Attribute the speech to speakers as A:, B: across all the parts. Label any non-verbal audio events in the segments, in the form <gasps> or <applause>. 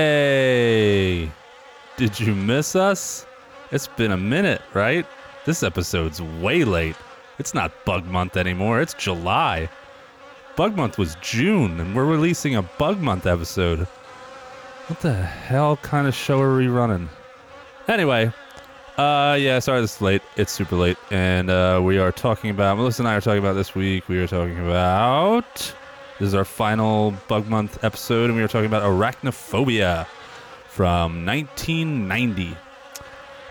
A: Hey, did you miss us? It's been a minute, right? This episode's way late. It's not bug month anymore, it's July. Bug month was June, and we're releasing a bug month episode. What the hell kind of show are we running? Anyway, uh, yeah, sorry this is late. It's super late, and uh, we are talking about Melissa and I are talking about this week. We are talking about this is our final Bug Month episode, and we are talking about Arachnophobia from 1990,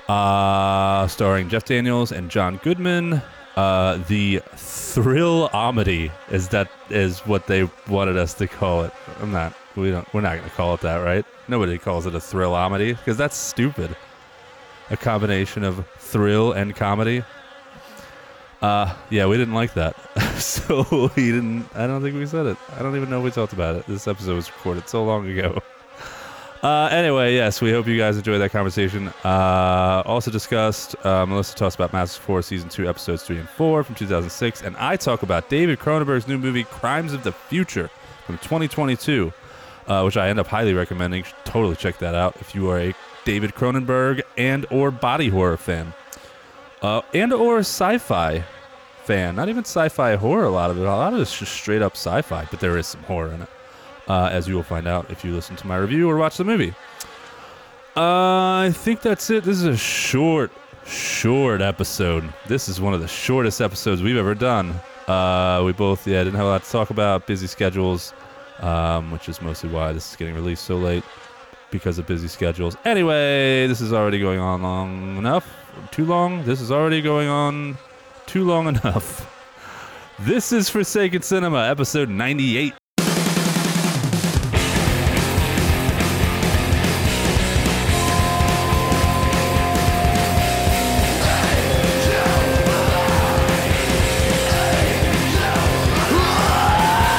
A: uh, starring Jeff Daniels and John Goodman. Uh, the thrill omedy is that is what they wanted us to call it. I'm not. We don't. We're not going to call it that, right? Nobody calls it a thrill omedy because that's stupid a combination of thrill and comedy. Uh, yeah, we didn't like that, <laughs> so we didn't. I don't think we said it. I don't even know if we talked about it. This episode was recorded so long ago. Uh, anyway, yes, we hope you guys enjoyed that conversation. Uh, also discussed, uh, Melissa talks about Master Four Season 2, Episodes 3 and 4 from 2006, and I talk about David Cronenberg's new movie, Crimes of the Future, from 2022, uh, which I end up highly recommending. You should totally check that out if you are a David Cronenberg and or body horror fan, uh, and or sci-fi fan. Not even sci-fi horror. A lot of it. A lot of it's just straight up sci-fi, but there is some horror in it, uh, as you will find out if you listen to my review or watch the movie. Uh, I think that's it. This is a short, short episode. This is one of the shortest episodes we've ever done. Uh, we both yeah didn't have a lot to talk about. Busy schedules, um, which is mostly why this is getting released so late because of busy schedules. Anyway, this is already going on long enough. Too long. This is already going on too long enough. This is Forsaken Cinema, episode 98.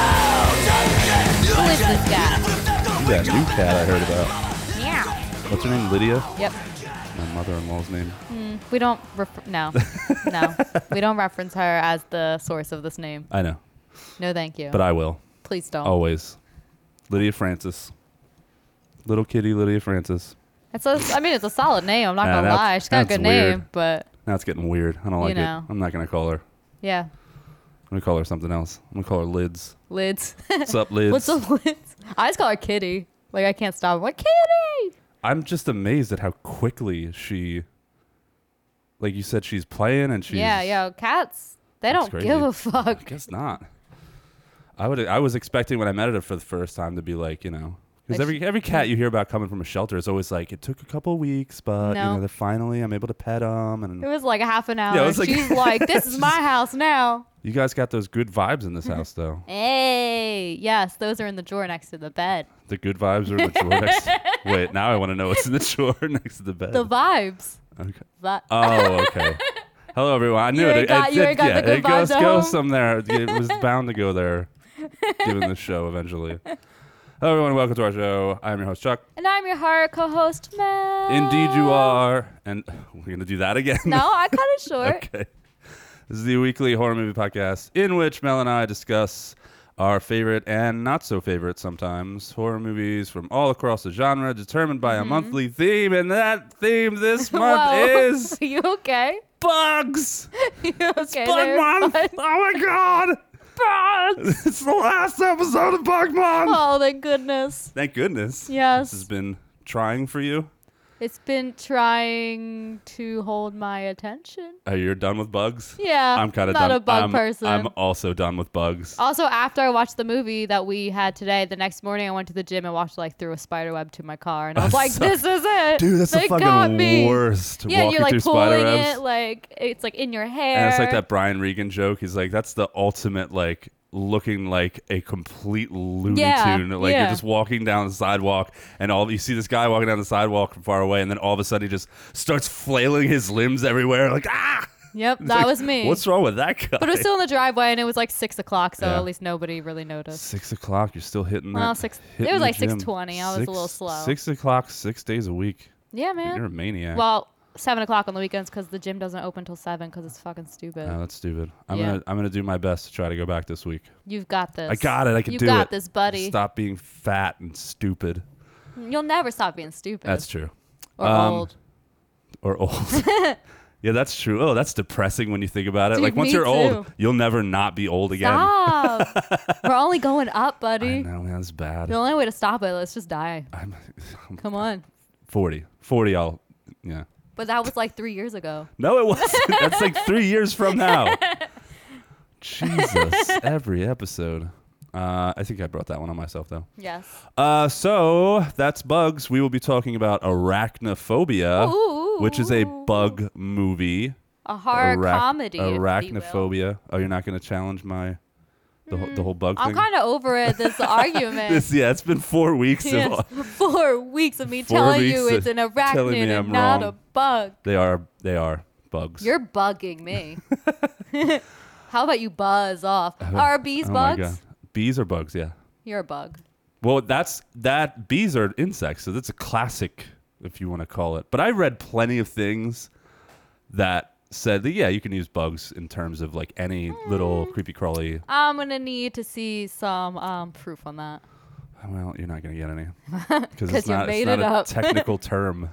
B: Who is this guy?
A: That new cat I heard about.
B: Meow.
A: What's her name? Lydia?
B: Yep.
A: My mother in law's name.
B: We don't. Ref- no. No. we don't reference her as the source of this name.
A: I know,
B: No, thank you.
A: but I Oh. will.
B: Please don't.
A: Always. Lydia Francis. Little kitty Lydia Francis.
B: It's a, I mean, it's a solid name. I'm not
A: Yeah,
B: gonna
A: that's-
B: lie. She's got a
A: that's
B: good
A: weird.
B: name, but
A: Now it's getting weird. I don't like
B: know.
A: it. I'm not going to call her. I'm
B: yeah,
A: going to call her something else. I'm going to call her
B: <laughs>
A: Lids.
B: lids.
A: What's up, Lids?
B: What's up, lids? I just call her Kitty. Like I can't stop. What Kitty?
A: I'm just amazed at how quickly she, like you said, she's playing and she's
B: Yeah, yeah. Cats. They
A: That's
B: don't
A: crazy.
B: give a
A: I
B: fuck.
A: guess not. I would. I was expecting when I met her for the first time to be like, you know, because
B: Like
A: every every cat you hear about coming from a shelter is always like, it took a couple weeks, but you
B: No.
A: know, they're finally I'm able to pet them, and
B: It was like a half an hour.
A: Yeah, it was like- <laughs>
B: She's like, this is my house now.
A: you guys got those good vibes in this
B: <laughs>
A: house, though.
B: Hey, yes, those are in the drawer next to the bed.
A: The good vibes are in the drawer. next
B: <laughs>
A: Wait, now I want to know what's in the drawer <laughs> next to the bed.
B: The vibes.
A: okay.
B: Vi-
A: Oh,
B: <laughs>
A: okay. Hello, everyone. I knew
B: ain't
A: it.
B: got-
A: it,
B: you
A: it-
B: ain't got
A: yeah,
B: the good
A: it goes,
B: vibes at
A: goes
B: home?
A: some
B: <laughs>
A: there. It was bound to go there, given the show
B: <laughs>
A: eventually. Hello, everyone. Welcome to our show. I'm your host, Chuck.
B: And I'm your horror co-host, Mel.
A: Indeed, you are. And <laughs> we're going to do that again. <laughs>
B: No, I cut it short.
A: okay. This is the weekly horror movie podcast in which Mel and I discuss our favorite and not so favorite sometimes horror movies from all across the genre, determined by a monthly theme. And that theme
B: <laughs>
A: this month
B: Mm-hmm. Whoa.
A: is
B: Are <laughs> you okay?
A: bugs.
B: You okay?
A: Bug
B: there,
A: Month!
B: bud?
A: Oh my god! Bugs! <laughs> it's the last episode of Bug Month!
B: <laughs> Oh, thank goodness.
A: Thank goodness.
B: Yes.
A: This has been trying for you.
B: It's been trying to hold my attention.
A: Uh, you're done with bugs?
B: Yeah,
A: I'm kind of
B: not
A: done.
B: a bug
A: I'm-
B: person. Oh,
A: I'm also done with bugs.
B: Also, after I watched the movie that we had today, the next morning I went to the gym and walked like through a spider web to my car,
A: <laughs>
B: and I was like,
A: so-
B: "This is it,
A: Dude, that's
B: they
A: the
B: got me.
A: fucking worst.
B: Yeah,
A: walking
B: you're like
A: through
B: pulling
A: spider webs.
B: it, like it's like in your hair.
A: and it's like that Brian Regan joke. He's like, that's the ultimate, like, looking like a complete Looney
B: Yeah,
A: Tune. Like, you're
B: yeah.
A: just walking down the sidewalk, and all you see this guy walking down the sidewalk from far away, and then all of a sudden he just starts flailing his limbs everywhere, like, ah!
B: Yep,
A: It's
B: that
A: like,
B: was me.
A: What's wrong with that guy?
B: But it was still in the driveway, and it was like six o'clock, so
A: Yeah.
B: at least nobody really noticed.
A: Six o'clock. You're still hitting
B: Well,
A: that.
B: six- it
A: hitting
B: was
A: the
B: like
A: gym.
B: 6:20, I was a
A: Six-
B: little slow.
A: Six o'clock, six days a week.
B: Yeah, man.
A: You're a maniac.
B: Well, seven o'clock on the weekends because the gym doesn't open till seven because it's fucking stupid.
A: No, that's stupid. I'm
B: Yeah.
A: gonna I'm gonna do my best to try to go back this week.
B: You've got this.
A: I got it. I can
B: you
A: do
B: got
A: it.
B: this, buddy.
A: Stop being fat and stupid.
B: You'll never stop being stupid.
A: That's true.
B: or
A: um,
B: old.
A: Or
B: <laughs>
A: old. <laughs> yeah, that's true. Oh, that's depressing when you think about it.
B: Dude,
A: like once
B: me
A: you're old,
B: too.
A: you'll never not be old again.
B: Stop.
A: <laughs>
B: We're only going up,
A: I
B: buddy.
A: know, man, that's bad.
B: The only way to stop it, let's just die.
A: I'm
B: Come on.
A: 40. 40, I'll. Yeah.
B: But that was like three years ago.
A: No, it
B: <laughs>
A: wasn't. That's like three years from now. Jesus, every episode. Uh, I think I brought that one on myself, though.
B: Yes.
A: Uh, so that's bugs. We will be talking about Arachnophobia,
B: Ooh.
A: Uh, which is a bug movie.
B: A horror
A: Arach-
B: comedy. if you will. Hmm.
A: Arachnophobia. Oh, you're not going to challenge my the, whole the whole bug
B: I'm
A: thing.
B: kind of over it. This
A: <laughs>
B: argument.
A: this yeah, it's been four weeks. of-
B: Yes. <laughs> Four weeks of me
A: Four
B: telling
A: weeks
B: you
A: of
B: it's an
A: telling me
B: arachnid and
A: I'm
B: not a
A: wrong.
B: bug.
A: they are they are bugs.
B: You're
A: <laughs>
B: bugging me. How about you buzz off? Are bees
A: Oh my God.
B: bugs?
A: Bees are bugs. Yeah.
B: You're a bug.
A: Well, that's that. Bees are insects, so that's a classic, if you want to call it. But I read plenty of things that said that yeah, you can use bugs in terms of like any little
B: Hmm.
A: creepy crawly.
B: I'm gonna need to see some um, proof on that.
A: Well, you're not gonna get
B: <laughs>
A: any because
B: 'Cause
A: it's
B: you
A: not,
B: made
A: it's not
B: it
A: a
B: up. <laughs>
A: technical term.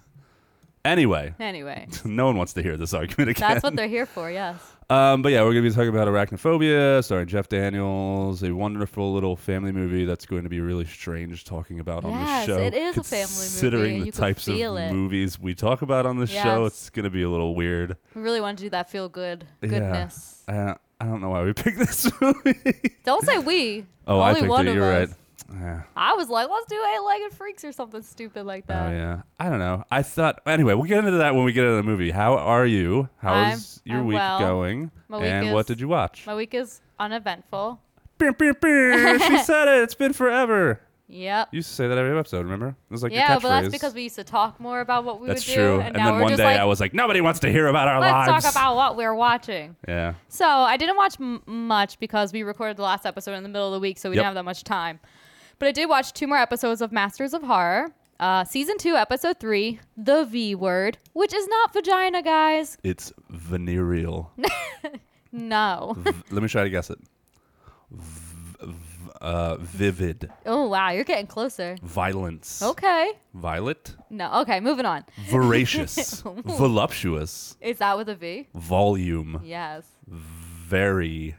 A: Anyway,
B: Anyway,
A: no one wants to hear this argument again. <laughs>
B: that's what they're here for. Yes.
A: Um, but yeah, we're going to be talking about Arachnophobia, starring Jeff Daniels, a wonderful little family movie that's going to be really strange talking about on
B: Yes,
A: this show.
B: it is a family movie,
A: Considering
B: and
A: the
B: you can
A: types of
B: feel it.
A: movies we talk about on this show,
B: Yes.
A: it's going to be a little weird.
B: We really want to do that feel good
A: Yeah.
B: goodness.
A: Uh, I don't know why we <laughs> picked this movie.
B: Don't say we.
A: <laughs> oh, I
B: Only
A: picked
B: one
A: it.
B: of
A: You're
B: us.
A: right. Yeah.
B: I was like, let's do eight-legged freaks or something stupid like that.
A: Oh, yeah. I don't know. I thought, anyway, we'll get into that when we get into the movie. How are you? How
B: I'm-
A: is your
B: I'm
A: week
B: well.
A: going?
B: My week
A: and
B: is-
A: what did you watch?
B: My week is uneventful.
A: Beer, beer,
B: <laughs>
A: beer. she said it. It's been forever.
B: Yep.
A: You used to say that every episode, remember? It was like your
B: yeah, but that's
A: catchphrase.
B: because we used to talk more about what we
A: That's
B: would
A: true.
B: do,
A: And,
B: and, now
A: then
B: we're
A: one
B: just
A: day
B: like,
A: I was like, nobody wants to hear about our
B: let's
A: lives.
B: talk about what we're watching.
A: yeah.
B: So I didn't watch m- much because we recorded the last episode in the middle of the week, so we
A: Yep.
B: didn't have that much time. But I did watch two more episodes of Masters of Horror, uh, season two, episode three, the V word, which is not vagina, guys.
A: It's
B: <laughs>
A: venereal.
B: No.
A: V- Let me try to guess it. V- v- uh, vivid.
B: oh wow, you're getting closer.
A: Violence.
B: Okay.
A: Violet.
B: No. Okay, moving on. <laughs>
A: Voracious. voluptuous.
B: Is that with a V?
A: Volume. <laughs>
B: Yes.
A: Very.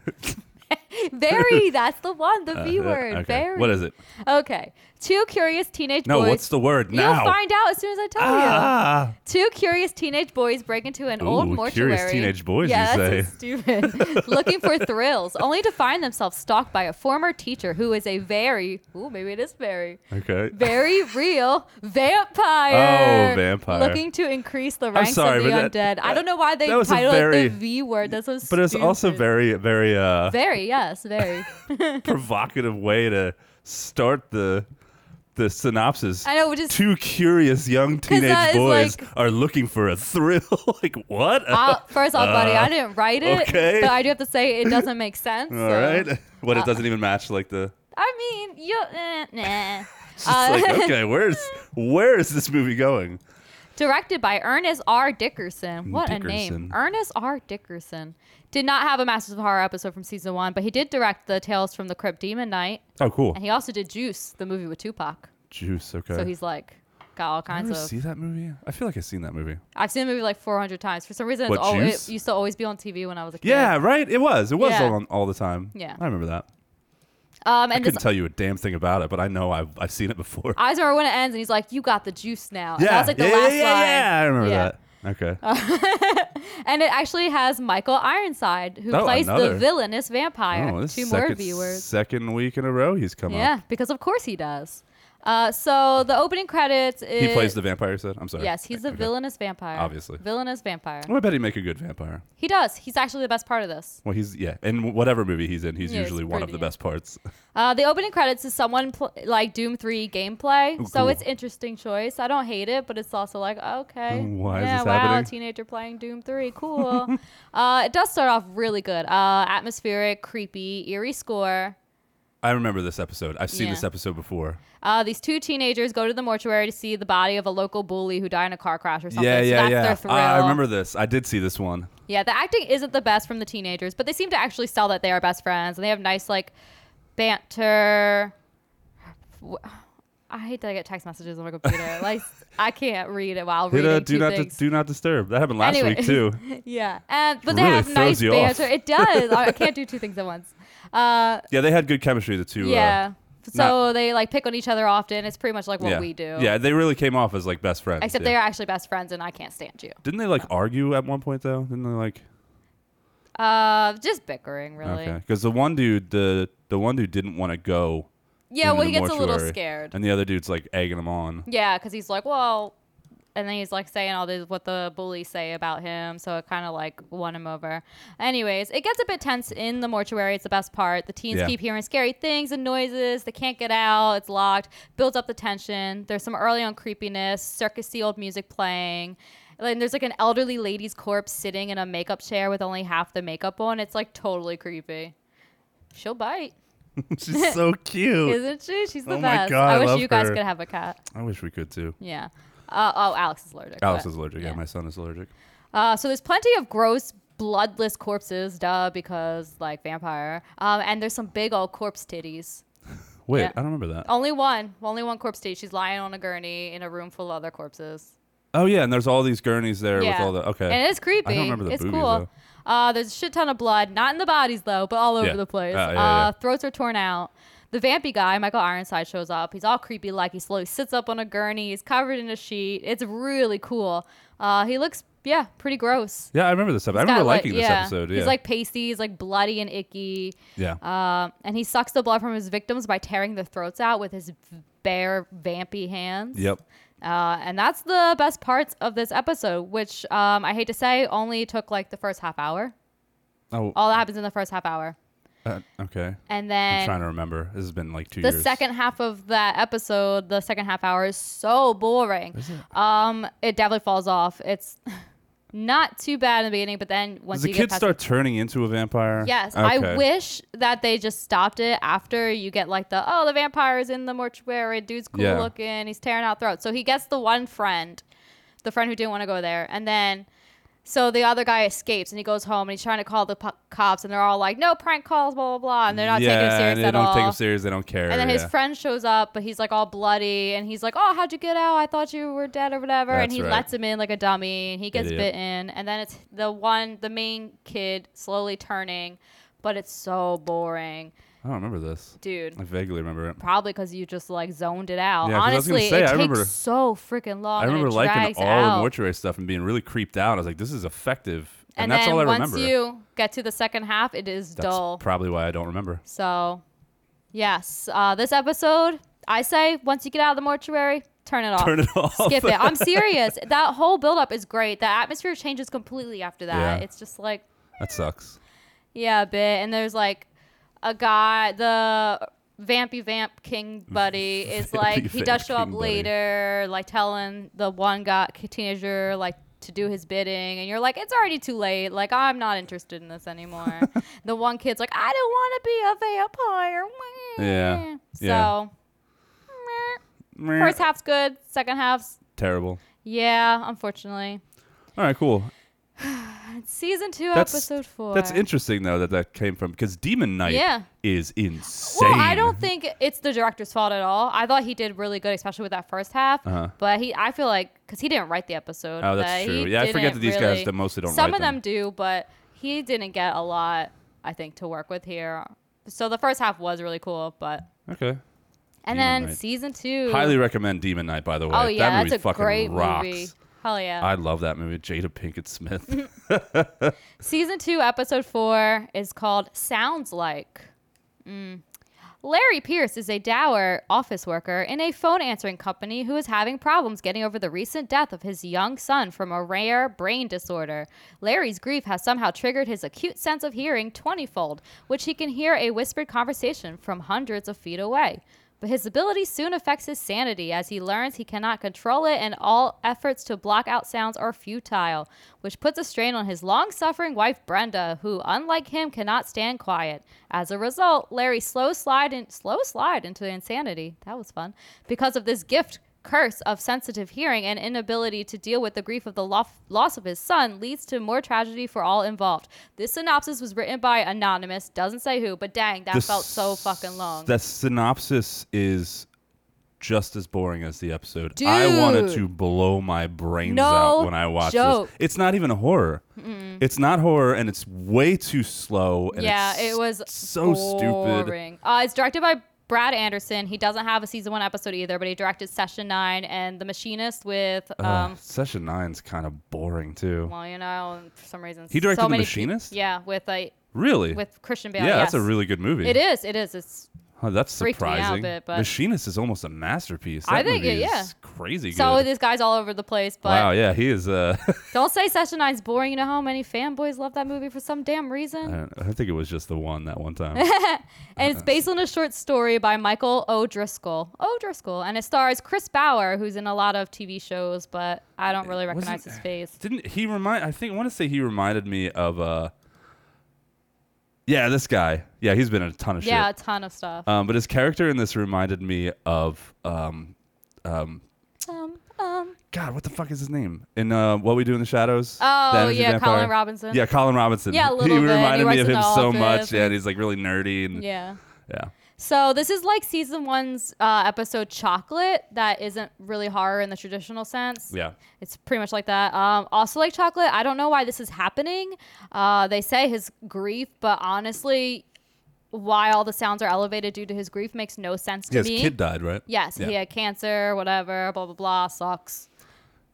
B: Very. that's the one. The V
A: Uh,
B: word.
A: okay.
B: Very.
A: What is it?
B: Okay. Two curious teenage
A: No,
B: boys.
A: what's the word
B: You'll
A: now?
B: find out as soon as I tell you.
A: ah,
B: Two curious teenage boys break into an old
A: Ooh,
B: mortuary.
A: curious teenage boys,
B: yeah,
A: you
B: that's so stupid. <laughs> Looking for thrills, only to find themselves stalked by a former teacher who is a very, ooh, maybe it is very,
A: okay. <laughs>
B: very real vampire.
A: Oh, vampire.
B: Looking to increase the ranks
A: sorry,
B: of the
A: but
B: undead.
A: that-
B: I don't know why they
A: that was a
B: titled
A: very-
B: it the V word. That's so stupid.
A: But it's also very, very uh,
B: <laughs> Very,
A: <laughs>
B: yes, very.
A: provocative way to start the the synopsis.
B: I know, which is
A: two curious young
B: that
A: teenage
B: is
A: boys
B: like-
A: are looking for a thrill. <laughs> like what? <laughs>
B: I'll- first off, buddy, I didn't write it,
A: Uh, okay.
B: but I do have to say it doesn't make sense.
A: All
B: so-
A: right. <laughs> What
B: uh,
A: it doesn't even match like
B: <laughs>
A: the
B: I mean, you. Eh,
A: <laughs>
B: nah.
A: just
B: Uh,
A: like okay, where's where is this movie going?
B: <laughs> directed by Ernest R. Dickerson. What a
A: Dickerson.
B: name, Ernest R. Dickerson. Did not have a Masters of Horror episode from season one, but he did direct the Tales from the Crypt Demon Night,
A: Oh cool.
B: and he also did Juice, the movie with Tupac.
A: Juice, okay.
B: So he's like got all
A: Did I
B: kinds
A: ever
B: of.
A: see that movie? I feel like I've seen that movie.
B: I've seen the movie like 400 times. For some reason, it's
A: What,
B: al- it
A: Juice?
B: used to always be on TV when I was a kid.
A: Yeah, right? It was. It was
B: Yeah.
A: all on all the time.
B: Yeah.
A: I remember that.
B: Um,
A: I
B: and this,
A: couldn't tell you a damn thing about it, but I know I've I've seen it before.
B: <laughs> I just remember when it ends, and he's like, "You got the juice now." And
A: yeah.
B: that was like the
A: yeah,
B: last
A: yeah,
B: line.
A: yeah, I remember
B: Yeah.
A: that. Okay.
B: And it actually has Michael Ironside, who
A: Oh,
B: plays
A: another.
B: the villainous vampire.
A: oh, this
B: Two
A: is
B: more
A: second,
B: viewers.
A: second week in a row he's come up.
B: Yeah, because of course he does. Uh, so the opening credits is.
A: He plays the vampire, you said? I'm sorry.
B: Uh, Yes, he's the
A: Okay.
B: villainous vampire.
A: Obviously.
B: Villainous vampire.
A: Well, I bet he'd make a good vampire.
B: He does. He's actually the best part of this.
A: Well, he's, yeah. In whatever movie he's in, he's
B: Yeah, it's
A: usually one of the
B: pretty,
A: best parts.
B: Uh, the opening credits is someone pl- like Doom 3 gameplay.
A: Ooh,
B: so
A: cool.
B: it's interesting choice. I don't hate it, but it's also like, okay.
A: Mm, why is
B: yeah,
A: this
B: wow,
A: happening?
B: teenager playing Doom 3. Cool. <laughs> uh, it does start off really good. Uh, atmospheric, creepy, eerie score.
A: I remember this episode. I've seen
B: Yeah.
A: this episode before.
B: Uh, these two teenagers go to the mortuary to see the body of a local bully who died in a car crash or something.
A: yeah,
B: so
A: yeah,
B: that's
A: yeah. Uh, Ah,
B: their thrill.
A: I, I remember this. I did see this one.
B: Yeah, the acting isn't the best from the teenagers, but they seem to actually sell that they are best friends and they have nice like banter. Wh- I hate that I get text messages on
A: <laughs>
B: my computer. like I can't read it while
A: Hit
B: reading
A: a uh, do
B: two
A: not
B: things.
A: do not disturb. That happened last
B: Anyway.
A: week
B: <laughs>
A: too.
B: yeah, and but they
A: really
B: have
A: throws
B: nice
A: you off.
B: banter. It
A: <laughs>
B: does. I I can't do two things at once. Uh,
A: Yeah, they had good chemistry. The two.
B: yeah.
A: Uh,
B: So they like pick on each other often. It's pretty much like what
A: yeah.
B: we do.
A: Yeah, they really came off as like best friends.
B: Except
A: yeah.
B: they're actually best friends, and I can't stand you.
A: Didn't they like argue at one point though? Didn't they like?
B: Uh, just bickering, really.
A: Okay. Because the one dude, the the one dude didn't want to go.
B: Yeah,
A: into
B: well,
A: the
B: he gets a little
A: mortuary,
B: scared.
A: And the other dude's like egging him on.
B: Yeah, because he's like, well, and then he's like saying all this what the bullies say about him, so it kind of like won him over. Anyways, it gets a bit tense in the mortuary. It's the best part. The teens
A: Yeah.
B: keep hearing scary things and noises. They can't get out. It's locked. Builds up the tension. There's some early on creepiness. Circusy old music playing. And then there's like an elderly lady's corpse sitting in a makeup chair with only half the makeup on. It's like totally creepy. She'll bite,
A: <laughs> She's so <laughs> cute.
B: isn't she? She's the
A: Oh my
B: best.
A: God, I
B: I wish
A: love
B: you guys
A: her.
B: could have a cat.
A: I wish we could too.
B: Yeah. Uh, oh, Alex is allergic.
A: Alice
B: but-
A: is allergic. Yeah. my son is allergic.
B: Uh, so there's plenty of gross, bloodless corpses, duh, because like vampire. Um, and there's some big old corpse titties.
A: Wait,
B: Yeah. Oh.
A: I don't remember that.
B: Only one, only one corpse titty. She's lying on a gurney in a room full of other corpses.
A: Oh yeah, and there's all these gurneys there with all the okay.
B: And it's creepy.
A: I don't remember the
B: it's
A: boobies,
B: cool.
A: though.
B: Uh, there's a shit ton of blood, not in the bodies though, but all over
A: Yeah.
B: the place.
A: Uh, yeah,
B: uh,
A: yeah.
B: Throats are torn out. The vampy guy, Michael Ironside, shows up. He's all creepy like. He slowly sits up on a gurney. He's covered in a sheet. It's really cool. Uh, he looks, yeah, pretty gross.
A: yeah, I remember this episode. I
B: He's
A: remember
B: got, like-
A: liking this
B: yeah,
A: episode. Yeah.
B: He's like pasty. He's like bloody and icky.
A: yeah.
B: Um, and he sucks the blood from his victims by tearing their throats out with his v- bare, vampy hands.
A: yep.
B: Uh, and that's the best parts of this episode, which um, I hate to say only took like the first half hour.
A: Oh,
B: All that happens in the first half hour.
A: uh, okay.
B: And
A: I'm trying
B: then
A: to remember. This has been like two
B: the
A: years.
B: second half of that episode, the second half hour is so boring.
A: it?
B: Um, it definitely falls off. It's <laughs> not too bad in the beginning, but then once
A: Does the
B: you get
A: kid
B: past
A: start turning into a vampire?
B: Yes,
A: Okay.
B: I wish that they just stopped it after you get like the oh the vampire's in the mortuary, dude's cool
A: Yeah.
B: looking, he's tearing out throats. So he gets the one friend, the friend who didn't want to go there, and then so the other guy escapes and he goes home and he's trying to call the po- cops and they're all like no prank calls blah blah blah and they're not
A: yeah,
B: taking him
A: and
B: serious
A: they
B: at
A: don't
B: all.
A: take him serious. They don't care.
B: and then his
A: yeah.
B: friend shows up, but he's like all bloody, and he's like, "Oh, how'd you get out? I thought you were dead or whatever." and
A: That's
B: he
A: right.
B: lets him in like a dummy, and he gets
A: Idiot.
B: bitten. And then it's the one, the main kid, slowly turning, but it's so boring,
A: I don't remember this.
B: dude.
A: I vaguely remember it.
B: Probably because you just like zoned it out.
A: Yeah, 'cause I was gonna
B: Honestly,
A: say,
B: it
A: I
B: takes
A: remember-
B: so freaking long.
A: I remember
B: and it
A: liking
B: drags
A: all
B: out.
A: the mortuary stuff and being really creeped out. I was like, this is effective.
B: And,
A: that's
B: then
A: all I
B: once
A: remember.
B: you get to the second half, it is
A: that's
B: dull.
A: probably why I don't remember.
B: So, yes, uh, this episode, I say, once you get out of the mortuary, turn it off.
A: Turn it <laughs> off.
B: <laughs> Skip it.
A: <laughs>
B: I'm serious. That whole buildup is great. The atmosphere changes completely after that.
A: Yeah.
B: It's just like,
A: that sucks.
B: yeah, a bit. And there's like a guy, the vampy
A: <laughs>
B: vamp king buddy is
A: Vampy
B: like, he does
A: vamp
B: show up
A: king buddy.
B: later, like telling the one guy, teenager, like, to do his bidding, and you're like, it's already too late. Like, I'm not interested in
A: <laughs>
B: this anymore. the one kid's like, I don't want to be a vampire.
A: Yeah.
B: So,
A: Yeah.
B: first half's good, second half's,
A: Terrible.
B: yeah, unfortunately.
A: All right, cool.
B: Season two,
A: That's
B: episode four.
A: That's interesting though that that came from because Demon Knight
B: Yeah.
A: is insane.
B: Well, I don't think it's the director's fault at all. I thought he did really good, especially with that first half.
A: Uh-huh.
B: But he, I feel like, because he didn't write the episode.
A: Oh, that's
B: that
A: true.
B: he
A: Yeah, I forget
B: didn't
A: that these guys
B: really-
A: that mostly don't
B: Some
A: write
B: of them
A: them.
B: do, but he didn't get a lot, I think, to work with here. So the first half was really cool, but
A: Okay. Demon
B: and then
A: Knight.
B: season two.
A: Highly recommend Demon Knight by the way.
B: oh yeah,
A: that movie
B: that's a
A: fucking
B: great
A: rocks.
B: movie. Hell yeah.
A: I love that movie. Jada Pinkett Smith.
B: Season two, episode four is called Sounds Like. Mm. Larry Pierce is a dour office worker in a phone answering company who is having problems getting over the recent death of his young son from a rare brain disorder. Larry's grief has somehow triggered his acute sense of hearing 20 fold, which he can hear a whispered conversation from hundreds of feet away. But his ability soon affects his sanity as he learns he cannot control it, and all efforts to block out sounds are futile, which puts a strain on his long suffering wife Brenda, who, unlike him, cannot stand quiet. As a result, Larry slow slide and slow slide into insanity. That was fun. Because of this gift curse of sensitive hearing and inability to deal with the grief of the lof- loss of his son leads to more tragedy for all involved. This synopsis was written by anonymous, doesn't say who, but dang, that
A: The
B: felt so
A: s-
B: fucking long.
A: The synopsis is just as boring as the episode. I wanted
B: Dude.
A: to blow my brains
B: No
A: out when I watched
B: joke.
A: this. It's not even a horror. It's not horror, and it's way too slow. And
B: yeah,
A: it's
B: it was
A: so stupid.
B: boring. Uh, it's directed by Brad Anderson. He doesn't have a season one episode either, but he directed Session Nine and The Machinist with,
A: Ugh,
B: um,
A: Session nine's kind of boring too.
B: well, you know, for some reason,
A: He directed
B: so
A: The
B: many peop-
A: Machinist?
B: yeah, with a
A: Really?
B: with Christian Bale.
A: yeah, that's a
B: yes.
A: really good movie.
B: It is. It is. It's
A: Huh, that's
B: freaked me out a
A: surprising.
B: bit, but-
A: Machinist is almost a masterpiece.
B: I
A: That
B: think
A: movie
B: it- yeah.
A: is crazy
B: so
A: good.
B: these guys all over the place, but
A: wow, yeah, he is. Uh, <laughs>
B: Don't say Session Nine's boring. You know how many fanboys love that movie for some damn
A: I,
B: reason?
A: don't know. I think it was just the one that one time.
B: and it's based on a short story by Michael O'Driscoll. O'Driscoll. And it stars Chris Bauer, who's in a lot of TV shows, but I don't really recognize
A: Wasn't-
B: his face.
A: Didn't he remind? I think I want to say he reminded me of uh. Yeah, this guy. Yeah, he's been in a ton of
B: Yeah, a
A: shit.
B: ton of stuff.
A: Um, but his character in this reminded me of um, um,
B: Um, um,
A: God, what the fuck is his name? In uh, What We Do in the Shadows. The
B: Oh,
A: Energy
B: yeah, Colin
A: Vampire?
B: Robinson.
A: Yeah, Colin Robinson.
B: Yeah, a little
A: He
B: bit. He
A: reminded
B: works
A: me of
B: in
A: him
B: the
A: so
B: office
A: much. Yeah, and he's like really nerdy and yeah.
B: yeah. So this is like season one's uh, episode Chocolate that isn't really horror in the traditional sense.
A: Yeah.
B: It's pretty much like that. Um, also, like chocolate, I don't know why this is happening. Uh, they say his grief, but honestly, why all the sounds are elevated due to his grief makes no sense to
A: Yeah, his
B: me.
A: kid died, right?
B: yes, he
A: Yeah.
B: had cancer, whatever, blah blah blah, sucks.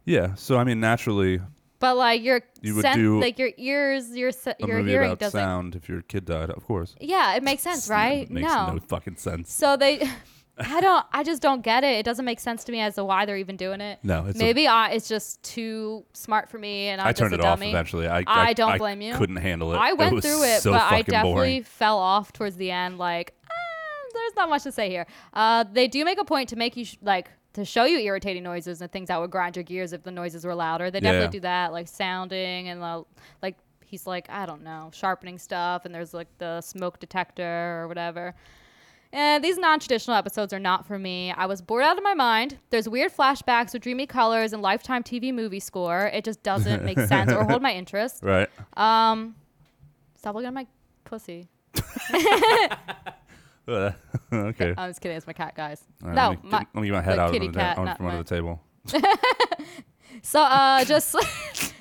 A: yeah. So I mean, naturally,
B: But like your
A: You would
B: sen-
A: do
B: like your ears, your se-
A: a
B: your
A: movie
B: hearing
A: about
B: doesn't.
A: sound. If your kid died, of course.
B: Yeah, it makes sense, right?
A: It makes no fucking sense.
B: So they, <laughs> I don't, I just don't get it. It doesn't make sense to me as to why they're even doing it.
A: No, it's a-
B: maybe I, it's just too smart for me, and I'm
A: I
B: just
A: turned
B: a
A: it off
B: dummy.
A: eventually. I,
B: I don't blame you.
A: Couldn't handle it.
B: I went
A: was
B: through it,
A: so
B: but I
A: fucking
B: definitely
A: boring.
B: fell off towards the end. Like, "Ah, there's not much to say here. Uh, they do make a point to make you sh- like to show you irritating noises and things that would grind your gears if the noises were louder. They definitely
A: Yeah.
B: do that, like sounding and uh, like he's like I don't know sharpening stuff, and there's like the smoke detector or whatever. Eh, these non traditional episodes are not for me. I was bored out of my mind. There's weird flashbacks with dreamy colors and lifetime TV movie score. It just doesn't make sense or
A: <laughs>
B: hold my interest.
A: Right.
B: Um, stop looking at my pussy.
A: Uh, okay.
B: I'm just kidding. It's my cat, guys.
A: All right,
B: no,
A: let, me
B: my,
A: get, let me get my head
B: the
A: out of
B: kitty
A: the, ta-
B: cat,
A: on-
B: not
A: from under
B: mine.
A: the table.
B: so uh, just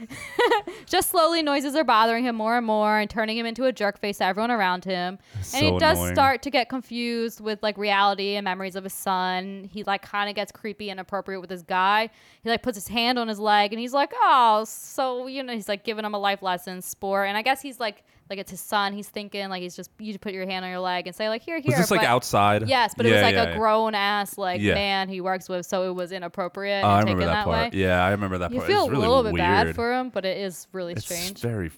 B: <laughs> just slowly, noises are bothering him more and more, and turning him into a jerk face to everyone around him. and
A: so
B: he does
A: annoying.
B: start to get confused with like reality and memories of his son. He like kind of gets creepy and inappropriate with his guy. He like puts his hand on his leg, and he's like, "Oh, so you know," he's like giving him a life lesson, sport. And I guess he's like. Like it's his son. He's thinking like he's just you put your hand on your leg and say like here here.
A: Was this like
B: but-
A: outside?
B: Yes, but it
A: Yeah,
B: was like
A: yeah,
B: a
A: yeah.
B: grown ass like
A: Yeah.
B: man he works with, so it was inappropriate.
A: Oh, I
B: and taken
A: remember that
B: that,
A: part.
B: Way.
A: Yeah, I remember that
B: You
A: part.
B: feel
A: it's really
B: a little bit
A: weird.
B: bad for him, but it is really
A: it's
B: strange.
A: very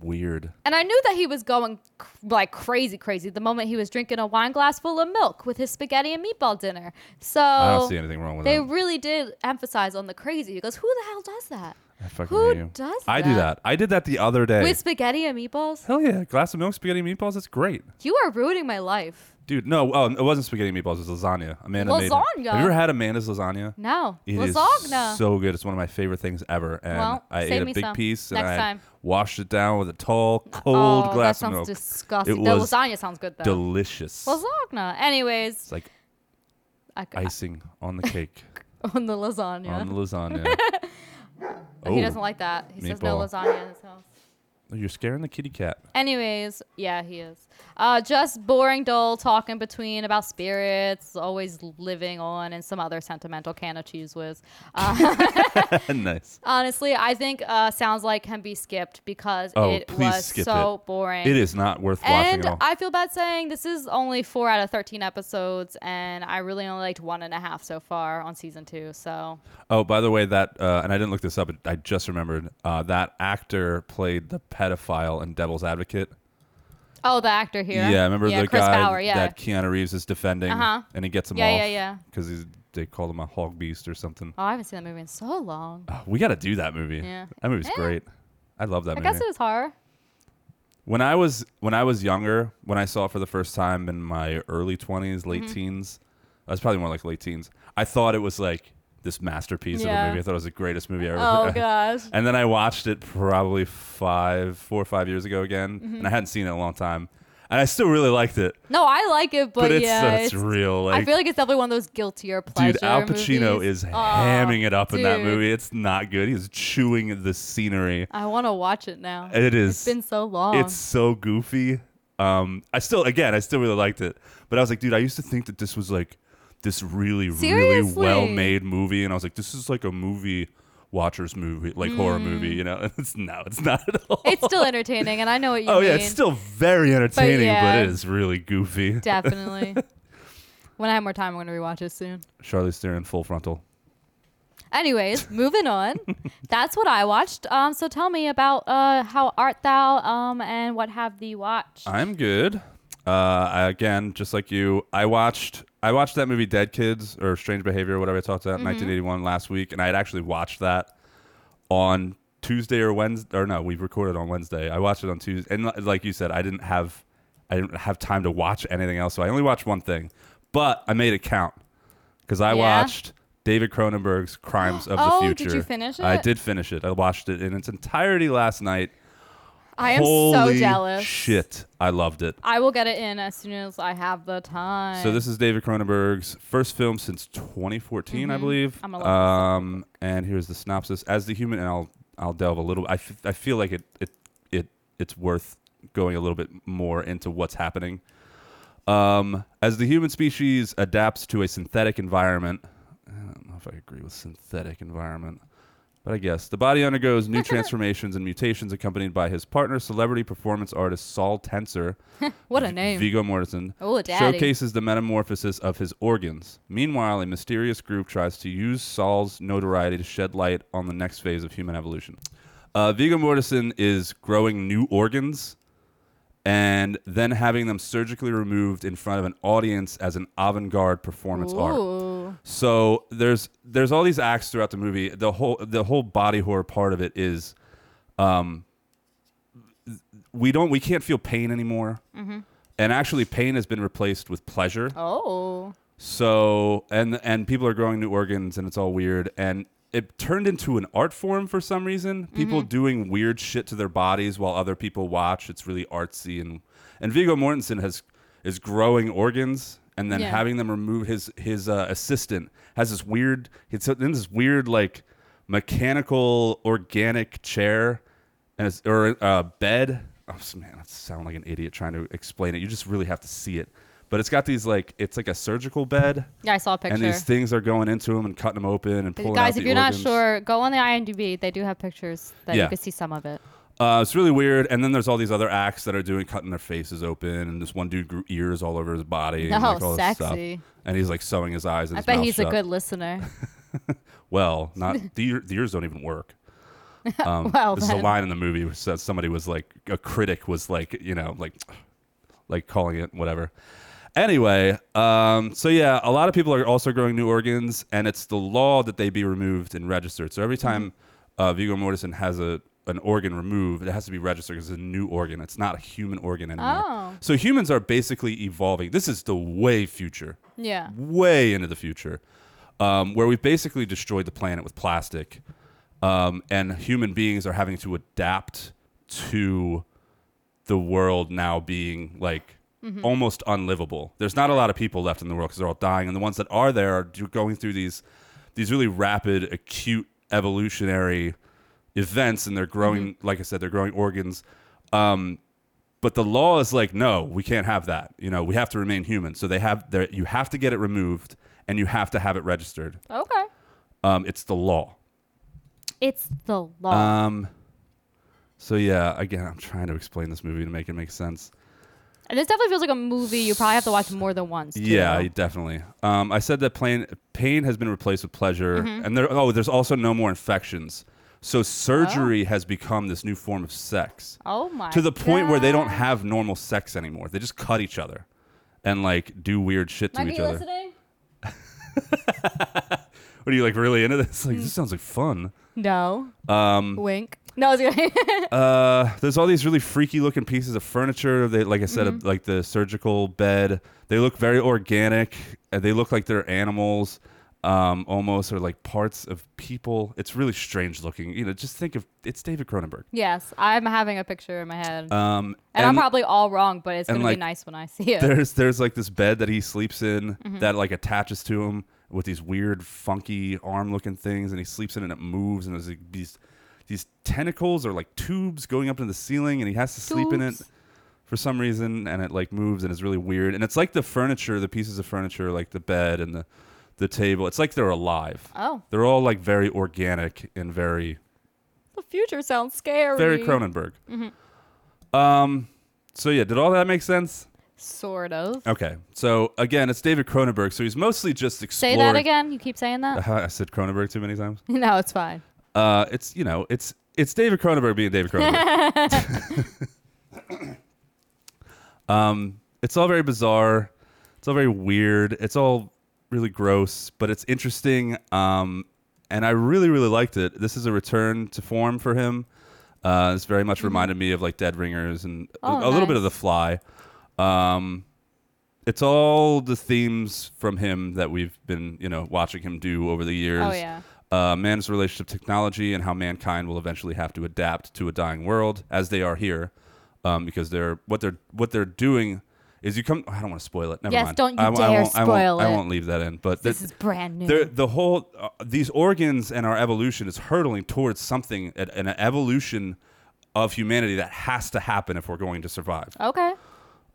A: weird.
B: And I knew that he was going cr- like crazy, crazy the moment he was drinking a wine glass full of milk with his spaghetti and meatball dinner. So
A: I don't see anything wrong with
B: they
A: that.
B: really did emphasize on the crazy because who the hell does that
A: I fucking
B: who
A: hate you.
B: does
A: I do
B: that?
A: that. I did that the other day.
B: with spaghetti and meatballs?
A: Hell yeah, glass of milk, spaghetti and meatballs. That's great,
B: You are ruining my life.
A: dude. No, oh, it wasn't spaghetti and meatballs. It was lasagna. Amanda made. it.
B: Lasagna?
A: Have you ever had Amanda's lasagna?
B: No,
A: It is
B: lasagna.
A: so good. It's one of my favorite things ever. And
B: Well,
A: I
B: save
A: ate a
B: me
A: big
B: some
A: piece and
B: next
A: I
B: time.
A: washed it down with a tall, cold
B: oh,
A: glass
B: that sounds uh,
A: of milk.
B: disgusting.
A: It
B: no,
A: was
B: lasagna sounds good though.
A: Delicious.
B: lasagna. Anyways,
A: It's like
B: I, I-
A: icing on the
B: <laughs>
A: cake,
B: on the lasagna.
A: on the lasagna.
B: <laughs> he doesn't like that. He says no
A: meatball.
B: lasagna in his house.
A: Oh, You're scaring the kitty
B: <laughs>
A: cat. <laughs>
B: Anyways, yeah, he is. Uh, just boring, dull talking between about spirits, always living on, and some other sentimental can of cheese whiz. Uh,
A: nice.
B: Honestly, I think uh, sounds like can be skipped because
A: Oh,
B: it
A: please
B: was
A: skip
B: so
A: it.
B: boring.
A: It is not worth watching
B: And
A: at all.
B: I feel bad saying this is only four out of 13 episodes, and I really only liked one and a half so far on season two. So
A: oh, by the way, that uh, and I didn't look this up. but I just remembered uh, that actor played the pedophile in Devil's Advocate.
B: Oh, the actor here.
A: Yeah, I remember the
B: Chris
A: guy
B: Bauer, yeah.
A: that Keanu Reeves is defending,
B: Uh-huh.
A: and he gets him
B: Yeah,
A: off.
B: yeah, yeah.
A: Because he's they called him a hog beast or something.
B: oh, I haven't seen that movie in so long.
A: Ah, We got to do that movie.
B: Yeah.
A: that movie's
B: Yeah.
A: great. I love that
B: I
A: movie.
B: guess it
A: <laughs>
B: was horror.
A: when I was when I was younger, when I saw it for the first time in my early twenties, late
B: Mm-hmm.
A: teens, I was probably more like late teens. I thought it was like this masterpiece of
B: Yeah.
A: a movie. I thought it was the greatest movie ever.
B: Oh
A: <laughs>
B: gosh.
A: And then I watched it probably five, four or five years ago again,
B: Mm-hmm.
A: and I hadn't seen it in a long time, and I still really liked it.
B: No, I like it, but,
A: But, it's uh,
B: yeah,
A: it's,
B: it's-
A: real. Like,
B: I feel like it's definitely one of those guiltier pleasure
A: dude, Al Pacino
B: movies.
A: is
B: Oh,
A: hamming it up in that
B: dude.
A: movie. It's not good. He's chewing the scenery.
B: I want to watch it now.
A: It is.
B: It's been so long.
A: It's so goofy. Um, I still, again, I still really liked it, but I was like, dude, I used to think that this was like this really, really
B: Seriously?
A: well-made movie, and I was like, this is like a movie watchers movie, like horror movie, you know? <laughs> And it's no, it's not at all.
B: Hmm. It's still entertaining, and I know what
A: <laughs>
B: you
A: oh
B: mean.
A: yeah, it's still very entertaining, but,
B: yeah.
A: it is really goofy.
B: definitely. when I have more time, I'm gonna rewatch it soon.
A: Charlize Theron, full frontal.
B: Anyways,
A: <laughs>
B: moving on. That's what I watched. Um, so tell me about uh, how art thou um, and what have thee watched?
A: I'm good. Uh, I- again, just like you, I watched I watched that movie Dead Kids or Strange Behavior, whatever I talked
B: Mm-hmm.
A: about, 1981 last week, and I had actually watched that on Tuesday or Wednesday, or no, we recorded on Wednesday. I watched it on Tuesday, and li- like you said, I didn't have I didn't have time to watch anything else, so I only watched one thing, but I made it count because I
B: Yeah?
A: watched David Cronenberg's Crimes of
B: Oh,
A: the
B: did
A: Future.
B: you finish
A: I
B: it?
A: did finish it. I watched it in its entirety last night.
B: I am
A: Holy
B: so jealous.
A: Shit, I loved it.
B: I will get it in as soon as I have the time.
A: So this is David Cronenberg's first film since 2014, I believe.
B: I'm gonna look this up
A: um, and here's the synopsis: As the human, and I'll I'll delve a little. I, f- I feel like it it it it's worth going a little bit more into what's happening. Um, as the human species adapts to a synthetic environment, I don't know if I agree with synthetic environment, but I guess the body undergoes new transformations and mutations, accompanied by his partner, celebrity performance artist Saul Tenser.
B: what a name.
A: Vigo Mortensen
B: Oh, daddy.
A: showcases the metamorphosis of his organs. Meanwhile, a mysterious group tries to use Saul's notoriety to shed light on the next phase of human evolution. Uh, Vigo Mortensen is growing new organs and then having them surgically removed in front of an audience as an avant-garde performance art.
B: Ooh.
A: So there's there's all these acts throughout the movie. The whole the whole body horror part of it is, um, we don't we can't feel pain anymore, and actually pain has been replaced with pleasure.
B: Mm-hmm. Oh.
A: So and and people are growing new organs and it's all weird and it turned into an art form for some reason. People
B: Mm-hmm.
A: doing weird shit to their bodies while other people watch. It's really artsy and and Viggo Mortensen has is growing organs and then
B: Yeah.
A: having them remove his his uh, assistant has this weird it's in this weird like mechanical organic chair and it's, or uh, bed. Oh s- man, I sound like an idiot trying to explain it. You just really have to see it. But it's got these like it's like a surgical bed,
B: Yeah, I saw a picture.
A: and these things are going into them and cutting them open and pulling out
B: Guys,
A: the
B: if you're
A: organs.
B: not sure, go on the IMDb. They do have pictures that
A: Yeah.
B: you can see some of it.
A: Uh, it's really weird. And then there's all these other acts that are doing cutting their faces open, and this one dude grew ears all over his body. and,
B: Oh,
A: like, all This
B: sexy.
A: stuff. And he's like sewing his eyes. And
B: I
A: his
B: bet
A: mouth
B: he's a
A: shut.
B: good listener.
A: Well, not the, ear, the ears don't even work. Um,
B: <laughs> Well,
A: this is a
B: then.
A: line in the movie which says somebody was like a critic was like you know like like calling it whatever. Anyway, um, so yeah, a lot of people are also growing new organs, and it's the law that they be removed and registered. So every time uh, Viggo Mortensen has a an organ removed, it has to be registered because it's a new organ. It's not a human organ anymore.
B: Oh.
A: So humans are basically evolving. This is the way future
B: yeah.
A: way into the future, um, where we've basically destroyed the planet with plastic, um, and human beings are having to adapt to the world now being like almost unlivable. There's not a lot of people left in the world because they're all dying, and the ones that are there are do- going through these these really rapid, acute evolutionary events, and they're growing. Like I said, they're growing organs. Um, but the law is like no we can't have that you know we have to remain human so they have their, you have to get it removed and you have to have it registered
B: Okay.
A: um, it's the law
B: It's the law.
A: um, so yeah again i'm trying to explain this movie to make it make sense
B: and this definitely feels like a movie you probably have to watch more than once. too.
A: yeah I- definitely um,
B: Mm-hmm.
A: i said that pain, pain has been replaced with pleasure and there oh there's also no more infections So surgery has become this new form of sex
B: Oh my.
A: to the point where they don't
B: God.
A: have normal sex anymore. They just cut each other and like do weird shit to
B: Might
A: each
B: be
A: other.
B: listening.
A: What are you like really into this? <laughs> Like this sounds like fun.
B: No. Um. Wink. No, I was gonna. <laughs>
A: Uh, there's all these really freaky looking pieces of furniture. They, like I said, like the surgical bed. They look very organic. Uh, They look like they're animals, um, almost or like parts of people. It's really strange looking. You know, just think of it's David Cronenberg.
B: yes, I'm having a picture in my head,
A: Um,
B: and, I'm probably all wrong, but it's
A: and,
B: gonna
A: like,
B: be nice when I see it.
A: there's there's like this bed that he sleeps in that like attaches to him with these weird funky arm looking things and he sleeps in it and it moves and there's like, these these tentacles or like tubes going up into the ceiling and he has to sleep in it
B: Tubes.
A: for some reason and it like moves and it's really weird and it's like the furniture the pieces of furniture like the bed and the the table it's like they're alive
B: Oh.
A: they're all like very organic and very
B: The future sounds scary.
A: very cronenberg um so yeah did all that make sense
B: Sort of.
A: Okay. So again, it's David Cronenberg. So he's mostly just
B: Say
A: exploring.
B: that again. You keep
A: <laughs>
B: saying that.
A: I said Cronenberg too many times.
B: no, it's fine.
A: Uh, it's you know, it's it's David Cronenberg being David Cronenberg.
B: <laughs>
A: um, it's all very bizarre. It's all very weird. It's all really gross, but it's interesting. Um, and I really really liked it. This is a return to form for him. Uh, this very much reminded me of like Dead Ringers and
B: Mm-hmm. Oh,
A: a little bit
B: nice.
A: of The Fly. Um, it's all the themes from him that we've been, you know, watching him do over the years.
B: Oh, yeah.
A: Uh, man's relationship to technology and how mankind will eventually have to adapt to a dying world as they are here, um, because they're what they're what they're doing is you come. I don't want to spoil it. Never
B: Yes,
A: mind.
B: don't you
A: I, I
B: dare
A: won't, I won't,
B: spoil
A: I
B: it.
A: won't leave that in. But
B: This
A: that-
B: is brand new.
A: there, the whole uh, these organs and our evolution is hurtling towards something an- an evolution of humanity that has to happen if we're going to survive.
B: okay.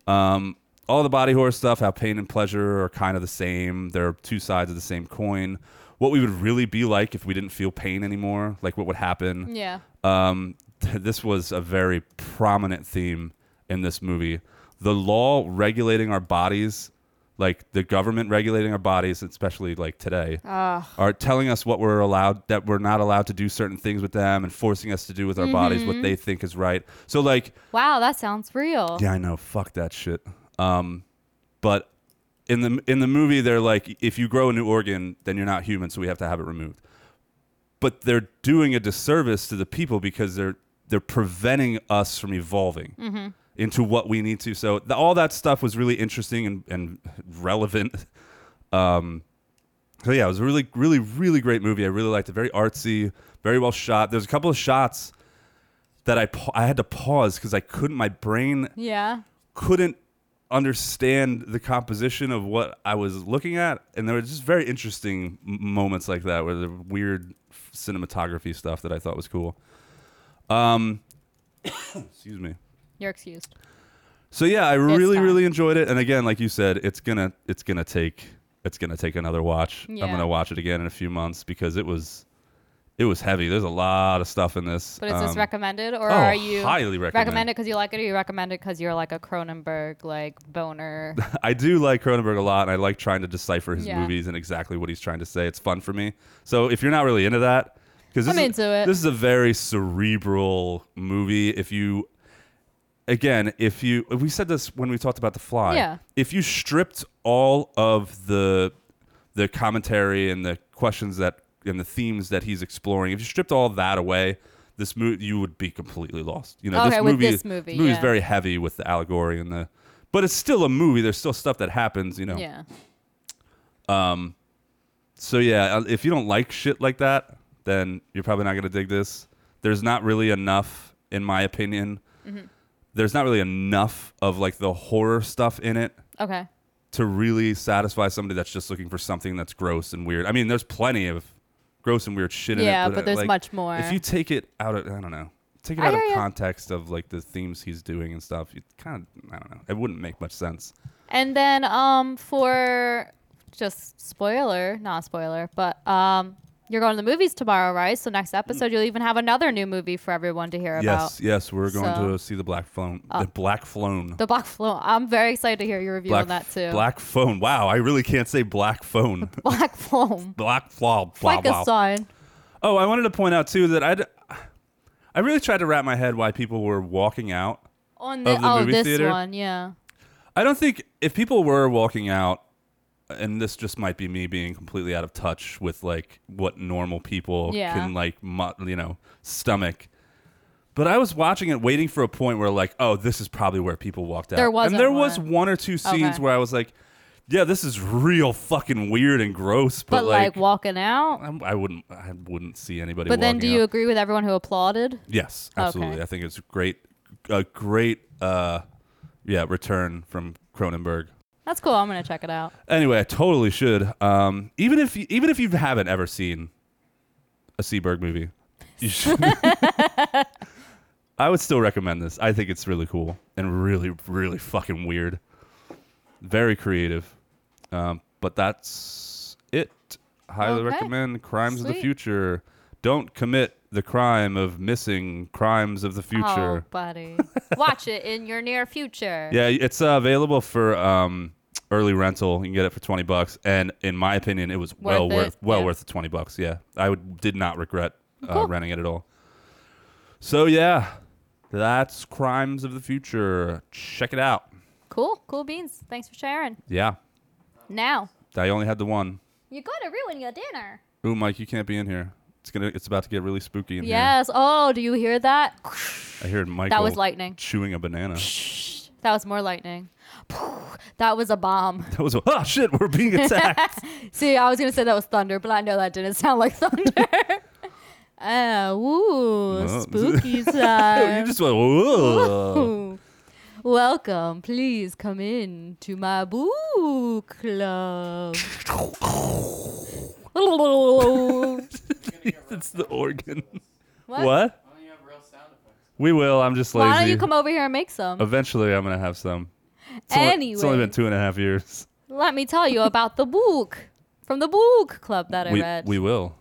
A: Um, all the body horror stuff, how pain and pleasure are kind of the same. They're two sides of the same coin. What we would really be like if we didn't feel pain anymore, like what would happen.
B: Yeah.
A: Um, <laughs> this was a very prominent theme in this movie. The law regulating our bodies, like the government regulating our bodies, especially like today, are telling us what we're allowed, that we're not allowed to do certain things with them, and forcing us to do with our bodies what they think is right. So, like,
B: Wow, that sounds real.
A: yeah, I know. Fuck that shit. Um, but in the in the movie, they're like, if you grow a new organ, then you're not human, so we have to have it removed. But they're doing a disservice to the people because they're they're preventing us from evolving into what we need to. So th- all that stuff was really interesting and, and relevant. Um, so yeah, it was a really, really, really great movie. I really liked it. Very artsy, very well shot. There's a couple of shots that I pa- I had to pause because I couldn't. My brain
B: Yeah.
A: couldn't understand the composition of what I was looking at, and there were just very interesting m- moments like that, where the weird cinematography stuff that I thought was cool. Um, <coughs> excuse me.
B: You're excused.
A: So yeah, I really,
B: fine.
A: really enjoyed it. And again, like you said, it's gonna, it's gonna take, it's gonna take another watch.
B: Yeah.
A: I'm gonna watch it again in a few months because it was, it was heavy. There's a lot of stuff in this.
B: But is this
A: Um,
B: recommended, or
A: oh,
B: are you
A: highly recommend.
B: recommend it because you like it, or you recommend it because you're like a Cronenberg like
A: <laughs>
B: boner?
A: I do like Cronenberg a lot, and I like trying to decipher his
B: Yeah.
A: movies and exactly what he's trying to say. It's fun for me. So if you're not really into that, because
B: I'm into it.
A: This is a very cerebral movie. If you, again, if you, we said this when we talked about The Fly.
B: Yeah.
A: If you stripped all of the the commentary and the questions that and the themes that he's exploring, if you stripped all that away. This movie, you would be completely lost. You know,
B: Okay,
A: this
B: with
A: movie,
B: this movie,
A: movie's
B: yeah.
A: very very heavy with the allegory and the but it's still a movie there's still stuff that happens you know
B: Yeah.
A: so yeah uh, if you don't like shit like that then you're probably not going to dig this there's not really enough in my opinion
B: Mm-hmm.
A: there's not really enough of like the horror stuff in it
B: Okay.
A: to really satisfy somebody that's just looking for something that's gross and weird i mean there's plenty of gross and weird shit in it
B: Yeah, but
A: uh,
B: there's
A: like,
B: much more.
A: if you take it out of i don't know take it
B: I
A: out of
B: hear ya.
A: context of like the themes he's doing and stuff you kind of i don't know it wouldn't make much sense
B: And then um for just spoiler, not spoiler, but um you're going to the movies tomorrow, right? So next episode you'll even have another new movie for everyone to hear
A: Mm. Yes,
B: about.
A: yes, we're going
B: So-
A: to see the black phone. the black phone.
B: The Black Phone. I'm very excited to hear your review
A: black,
B: on that too.
A: Black phone. Wow, I really can't say black phone.
B: <laughs> Black Phone.
A: black flaw. Blah,
B: Like
A: blah.
B: a sign.
A: Oh, I wanted to point out too that I I really tried to wrap my head why people were walking out.
B: On the,
A: Of the
B: oh,
A: movie
B: this
A: theater?
B: one, yeah.
A: I don't think if people were walking out, and this just might be me being completely out of touch with like what normal people
B: Yeah.
A: can like mu- you know stomach. But I was watching it, waiting for a point where like, oh, this is probably where people walked out.
B: There
A: and
B: wasn't
A: there was
B: one.
A: one or two scenes
B: Okay.
A: where I was like, yeah, this is real fucking weird and gross. But,
B: But, like, walking out.
A: I'm- I wouldn't, I wouldn't see anybody.
B: But then,
A: walking
B: do
A: out.
B: you agree with everyone who applauded?
A: Yes, absolutely.
B: Okay.
A: I think it's great, a great, uh, yeah, return from Cronenberg.
B: That's cool. I'm gonna check it out.
A: Anyway, I totally should. Um, even if you, even if you haven't ever seen a Seberg movie, you
B: <laughs>
A: should. <laughs> I would still recommend this. I think it's really cool and really, really fucking weird. Very creative. Um, but that's it. Highly
B: Okay.
A: recommend Crimes of the
B: Sweet.
A: Future. Don't commit the crime of missing Crimes of the Future.
B: Oh, buddy, watch it in your near future.
A: Yeah, it's uh, available for um, early rental. You can get it for twenty bucks, and in my opinion, it was well
B: Worth it,
A: worth well
B: yeah.
A: worth the twenty bucks. Yeah, I would, did not regret uh,
B: Cool.
A: renting it at all. So yeah, that's Crimes of the Future. Check it out.
B: Cool, cool beans. Thanks for sharing.
A: Yeah,
B: Now
A: I only had the one.
B: you're gonna ruin your dinner.
A: Ooh, Mike, you can't be in here. It's gonna. It's about to get really spooky in
B: Yes. Oh, do you hear that?
A: here. I heard Michael.
B: That was lightning.
A: Chewing a banana. <laughs>
B: That was more lightning. That was a bomb.
A: That was a, oh shit. We're
B: <laughs>
A: being attacked.
B: See, I was gonna say that was thunder, but I know that didn't sound like <laughs> thunder. Oh,
A: No. <laughs>
B: ooh, spooky time.
A: you <laughs> just Oh. went. Whoa.
B: Ooh. Welcome, please come in to my book
A: <laughs>
B: club. what?
A: <laughs> it's the organ. what?
C: Why don't you have real sound effects?
A: We will. I'm just lazy.
B: Why don't you come over here and make some?
A: Eventually, I'm gonna have some. It's only- it's only
B: Anyway.
A: been two and a half years.
B: Let me tell you about the book from the book club that I
A: we
B: read.
A: we will.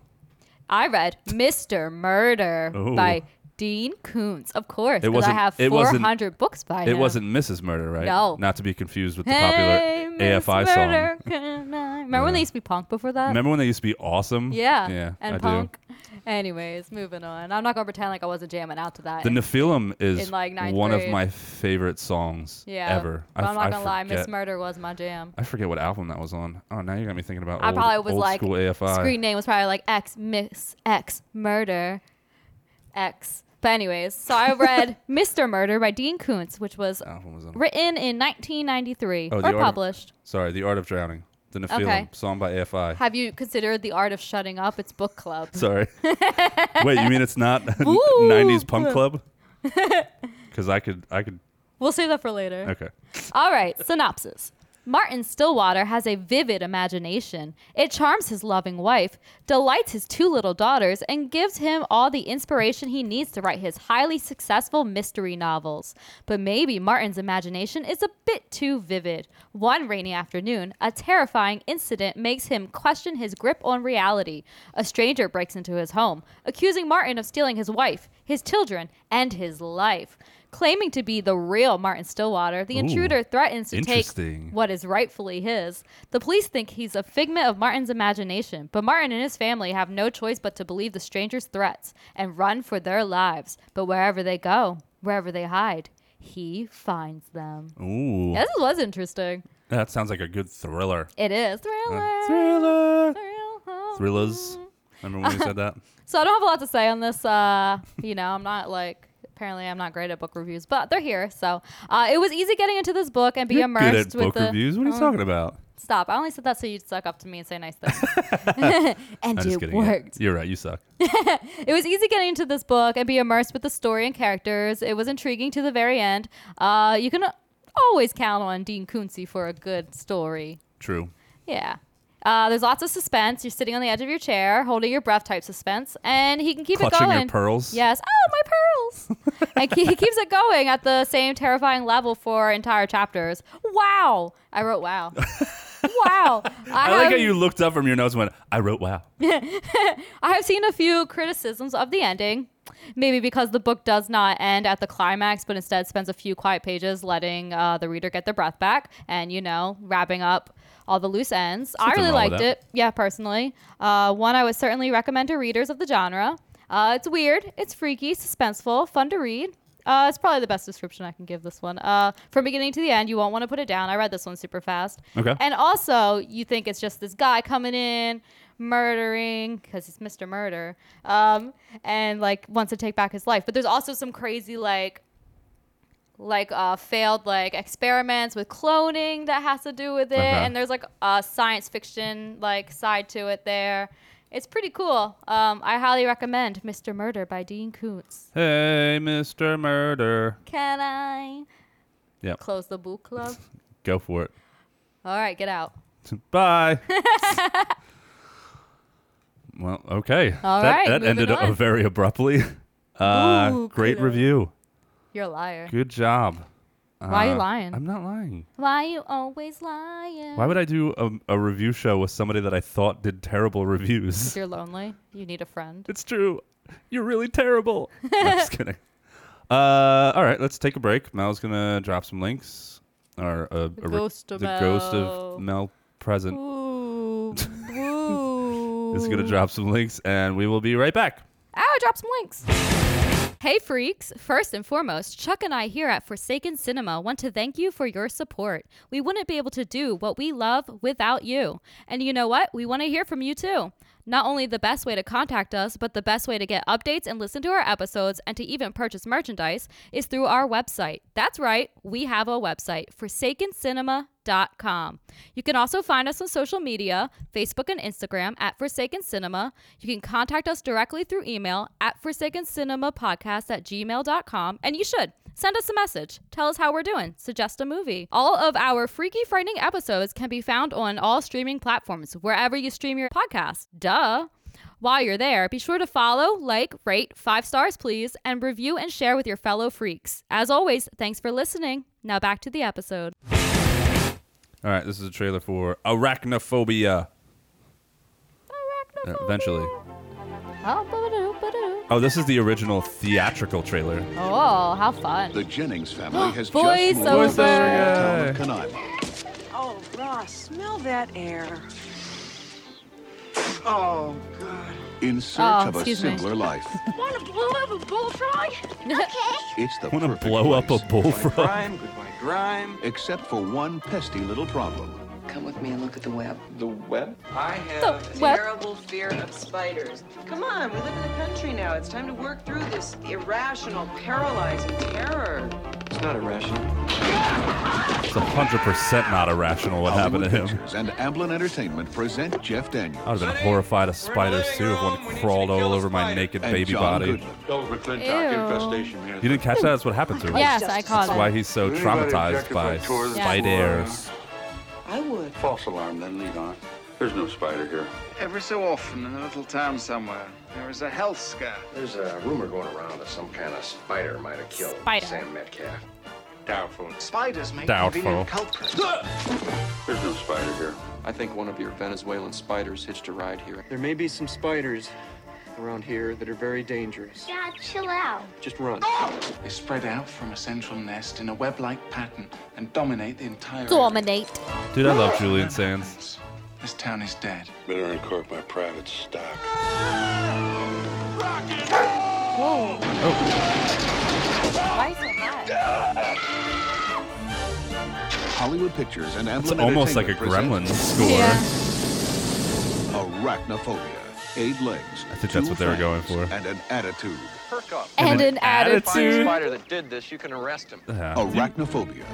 B: I read Mr. Murder
A: Oh.
B: by Dean Koontz, of course,
A: It
B: because I
A: wasn't-
B: have
A: it wasn't-
B: 400 books by him.
A: It wasn't Mrs. Murder, right?
B: No.
A: Not to be confused with the
B: Hey,
A: popular
B: Miss
A: AFI
B: Murder,
A: song.
B: can I- Remember when they used to be punk before that?
A: Remember when they used to be awesome?
B: Yeah.
A: Yeah.
B: And
A: I
B: punk. Anyways, moving on. I'm not gonna pretend like I wasn't jamming out to that.
A: do. The Nephilim is
B: In, like, ninth
A: one of
B: grade.
A: my favorite songs
B: yeah.
A: ever.
B: But I'm
A: f-
B: not gonna lie, Miss
A: forget-
B: Murder was my jam.
A: I forget what album that was on. Oh, now you got me thinking about.
B: I
A: old,
B: probably was
A: old
B: like
A: school AFI.
B: screen name was probably like X Miss X Murder X. But anyways, so
A: <laughs>
B: I read Mr. Murder by Dean Koontz, which was
A: Album was on.
B: written in 1993
A: Oh, the
B: or
A: art-
B: published.
A: Sorry, The Art of Drowning. The Nephilim
B: Okay.
A: song by AFI.
B: Have you considered The Art of Shutting Up? It's book club.
A: <laughs>
B: <laughs>
A: Sorry. Wait, you mean it's not <laughs>
B: Ooh.
A: '90s punk
B: <laughs>
A: club? Because I could, I could.
B: We'll save that for later.
A: Okay.
B: All right, synopsis. Martin Stillwater has a vivid imagination. It charms his loving wife, delights his two little daughters, and gives him all the inspiration he needs to write his highly successful mystery novels. But maybe Martin's imagination is a bit too vivid. One rainy afternoon, a terrifying incident makes him question his grip on reality. A stranger breaks into his home, accusing Martin of stealing his wife, his children, and his life. Claiming to be the real Martin Stillwater, the
A: Ooh.
B: intruder threatens to take
A: Interesting.
B: what is rightfully his. The police think he's a figment of Martin's imagination, but Martin and his family have no choice but to believe the stranger's threats and run for their lives. But wherever they go, wherever they hide, he finds them.
A: Ooh.
B: This was interesting.
A: That sounds like a good thriller.
B: It is thriller.
A: Uh, Thriller.
B: thriller.
A: Thrillers. Remember when you said that?
B: So I don't have a lot to say on this. Uh, you know, I'm not like apparently I'm not great at book reviews, but they're here. So uh, it was easy getting into this book and <laughs> be
A: You're
B: immersed
A: good at
B: with
A: book
B: the
A: reviews. What are you
B: Oh,
A: talking about?
B: Stop! I only said that so you'd suck up to me and say
A: <laughs>
B: nice things. <laughs> and
A: I'm just
B: it
A: kidding. yeah.
B: worked.
A: You're right. You
B: <laughs>
A: suck.
B: It was easy getting into this book and be immersed with the story and characters. It was intriguing to the very end. Uh, you can always count on Dean Koontzy for a good story.
A: True.
B: Yeah. Uh, there's lots of suspense. You're sitting on the edge of your chair, holding your breath type suspense, and he can keep it
A: Clutching
B: going.
A: your pearls.
B: Yes. Oh, my
A: <laughs>
B: pearls. and he he keeps it going at the same terrifying level for entire chapters. Wow. I
A: <laughs>
B: wrote wow. wow.
A: I like how
B: have-
A: you looked up from your notes and went, I wrote
B: <laughs>
A: wow.
B: I have seen a few criticisms of the ending, maybe because the book does not end at the climax, but instead spends a few quiet pages letting uh, the reader get their breath back and, you know, wrapping up all the loose ends. I
A: nothing
B: really
A: wrong with
B: liked
A: that.
B: it. Yeah, personally. Uh, one I would certainly recommend to readers of the genre. Uh, it's weird. It's freaky, suspenseful, fun to read. Uh, it's probably the best description I can give this one. Uh, from beginning to the end, you won't want to put it down. I read this one super fast.
A: Okay.
B: And also, you think it's just this guy coming in, murdering, because he's Mr. Murder, um, and like wants to take back his life. But there's also some crazy like like uh, failed like experiments with cloning that has to do with it,
A: Okay.
B: and there's like a science fiction like side to it there. It's pretty cool. Um, I highly recommend Mr. Murder by Dean Koontz.
A: Hey, Mr. Murder.
B: Can I
A: Yep.
B: close the
A: <laughs>
B: book club?
A: Go for it.
B: All right, get out. <laughs>
A: Bye. well, okay.
B: All
A: that,
B: right,
A: that
B: moving
A: ended
B: on.
A: up <laughs> very abruptly. Uh,
B: Ooh,
A: great
B: kudos.
A: review.
B: You're a liar.
A: Good job.
B: Why are you
A: Uh,
B: lying?
A: I'm not lying.
B: Why you always lying?
A: Why would I do a, a review show with somebody that I thought did terrible reviews?
B: You're lonely. You need a friend.
A: <laughs> It's true. You're really
B: <laughs>
A: terrible. No, I'm just kidding. Uh, all right, let's take a break. Mel's gonna drop some links. Or uh,
B: The
A: a re-
B: ghost of
A: the ghost of Mel present
B: Ooh. Ooh.
A: is gonna drop some links, and we will be right back.
B: Ow, I dropped some links. Hey, freaks. First and foremost, Chuck and I here at Forsaken Cinema want to thank you for your support. We wouldn't be able to do what we love without you. And you know what? We want to hear from you too. Not only the best way to contact us, but the best way to get updates and listen to our episodes and to even purchase merchandise is through our website. That's right, we have a website, forsakencinema.com. You can also find us on social media Facebook and Instagram at Forsaken Cinema. You can contact us directly through email at forsakencinema.podcast at gmail.com. And you should send us a message, tell us how we're doing, suggest a movie. All of our freaky, frightening episodes can be found on all streaming platforms, wherever you stream your podcast. Duh. While you're there, be sure to follow, like, rate, five stars, please, and review and share with your fellow freaks. As always, thanks for listening. Now back to the episode.
A: All right, this is a trailer for Arachnophobia. Uh, Eventually. Oh, this is the original theatrical trailer.
B: Oh, how fun.
D: <laughs>
C: The Jennings
B: <gasps>
C: family has
B: Voiceover.
C: just moved to the small town
A: Voiceover.
C: of Canaima.
E: Oh, Ross, smell that air. Oh, God.
C: In search
B: Oh,
C: of a
B: excuse me.
C: simpler life.
B: <laughs>
D: Want to blow up a bullfrog? Okay.
C: It's the
A: I want
C: perfect
A: to blow up a
C: place,
A: bullfrog.
E: Grime, goodbye, grime.
C: except for one pesky little problem.
F: Come with me and look at the web.
E: The web? I
B: So,
E: have.
B: well,
G: terrible fear of spiders. Come on, we live in the country now. It's time to work through this irrational, paralyzing terror.
E: It's not irrational.
A: It's hundred percent not irrational what happened to him.
C: Pictures and Amblin Entertainment present Jeff Daniels
A: I'd have been horrified of spiders too if one crawled all over my naked
C: and
A: baby
C: John
A: body.
C: Goodman.
H: infestation,
A: You didn't catch that? That's what happened to him.
B: yes, I caught
A: That's
B: it.
A: why he's so traumatized by spiders.
G: I would.
I: False alarm, then lead on. There's no spider here.
J: Every so often, in a little town somewhere, there is a health scare.
I: There's a rumor going around that some kind of spider might have killed
B: Spider.
I: Sam Metcalf. Doubtful.
J: Spiders make
A: Doubtful.
J: convenient culprits.
I: There's no spider here.
K: I think one of your Venezuelan spiders hitched a ride here.
E: There may be some spiders around here that are very dangerous.
D: Dad, chill out.
E: Just run.
J: They spread out from a central nest in a web-like pattern and dominate the entire. area.
B: Dominate.
A: Dude, I love Julian Sands.
J: This town is dead.
I: Better uncork my private stock.
C: Hollywood Pictures and Amblin
A: It's almost like a gremlin
C: Entertainment
A: score.
B: Yeah.
C: present Arachnophobia. Eight legs. I
A: think that's what they were going for.
C: And an attitude.
K: Perk up.
B: And
A: an
B: an
K: Find the
B: attitude.
A: attitude.
K: spider that did this, you can arrest him.
A: Yeah.
C: Arachnophobia.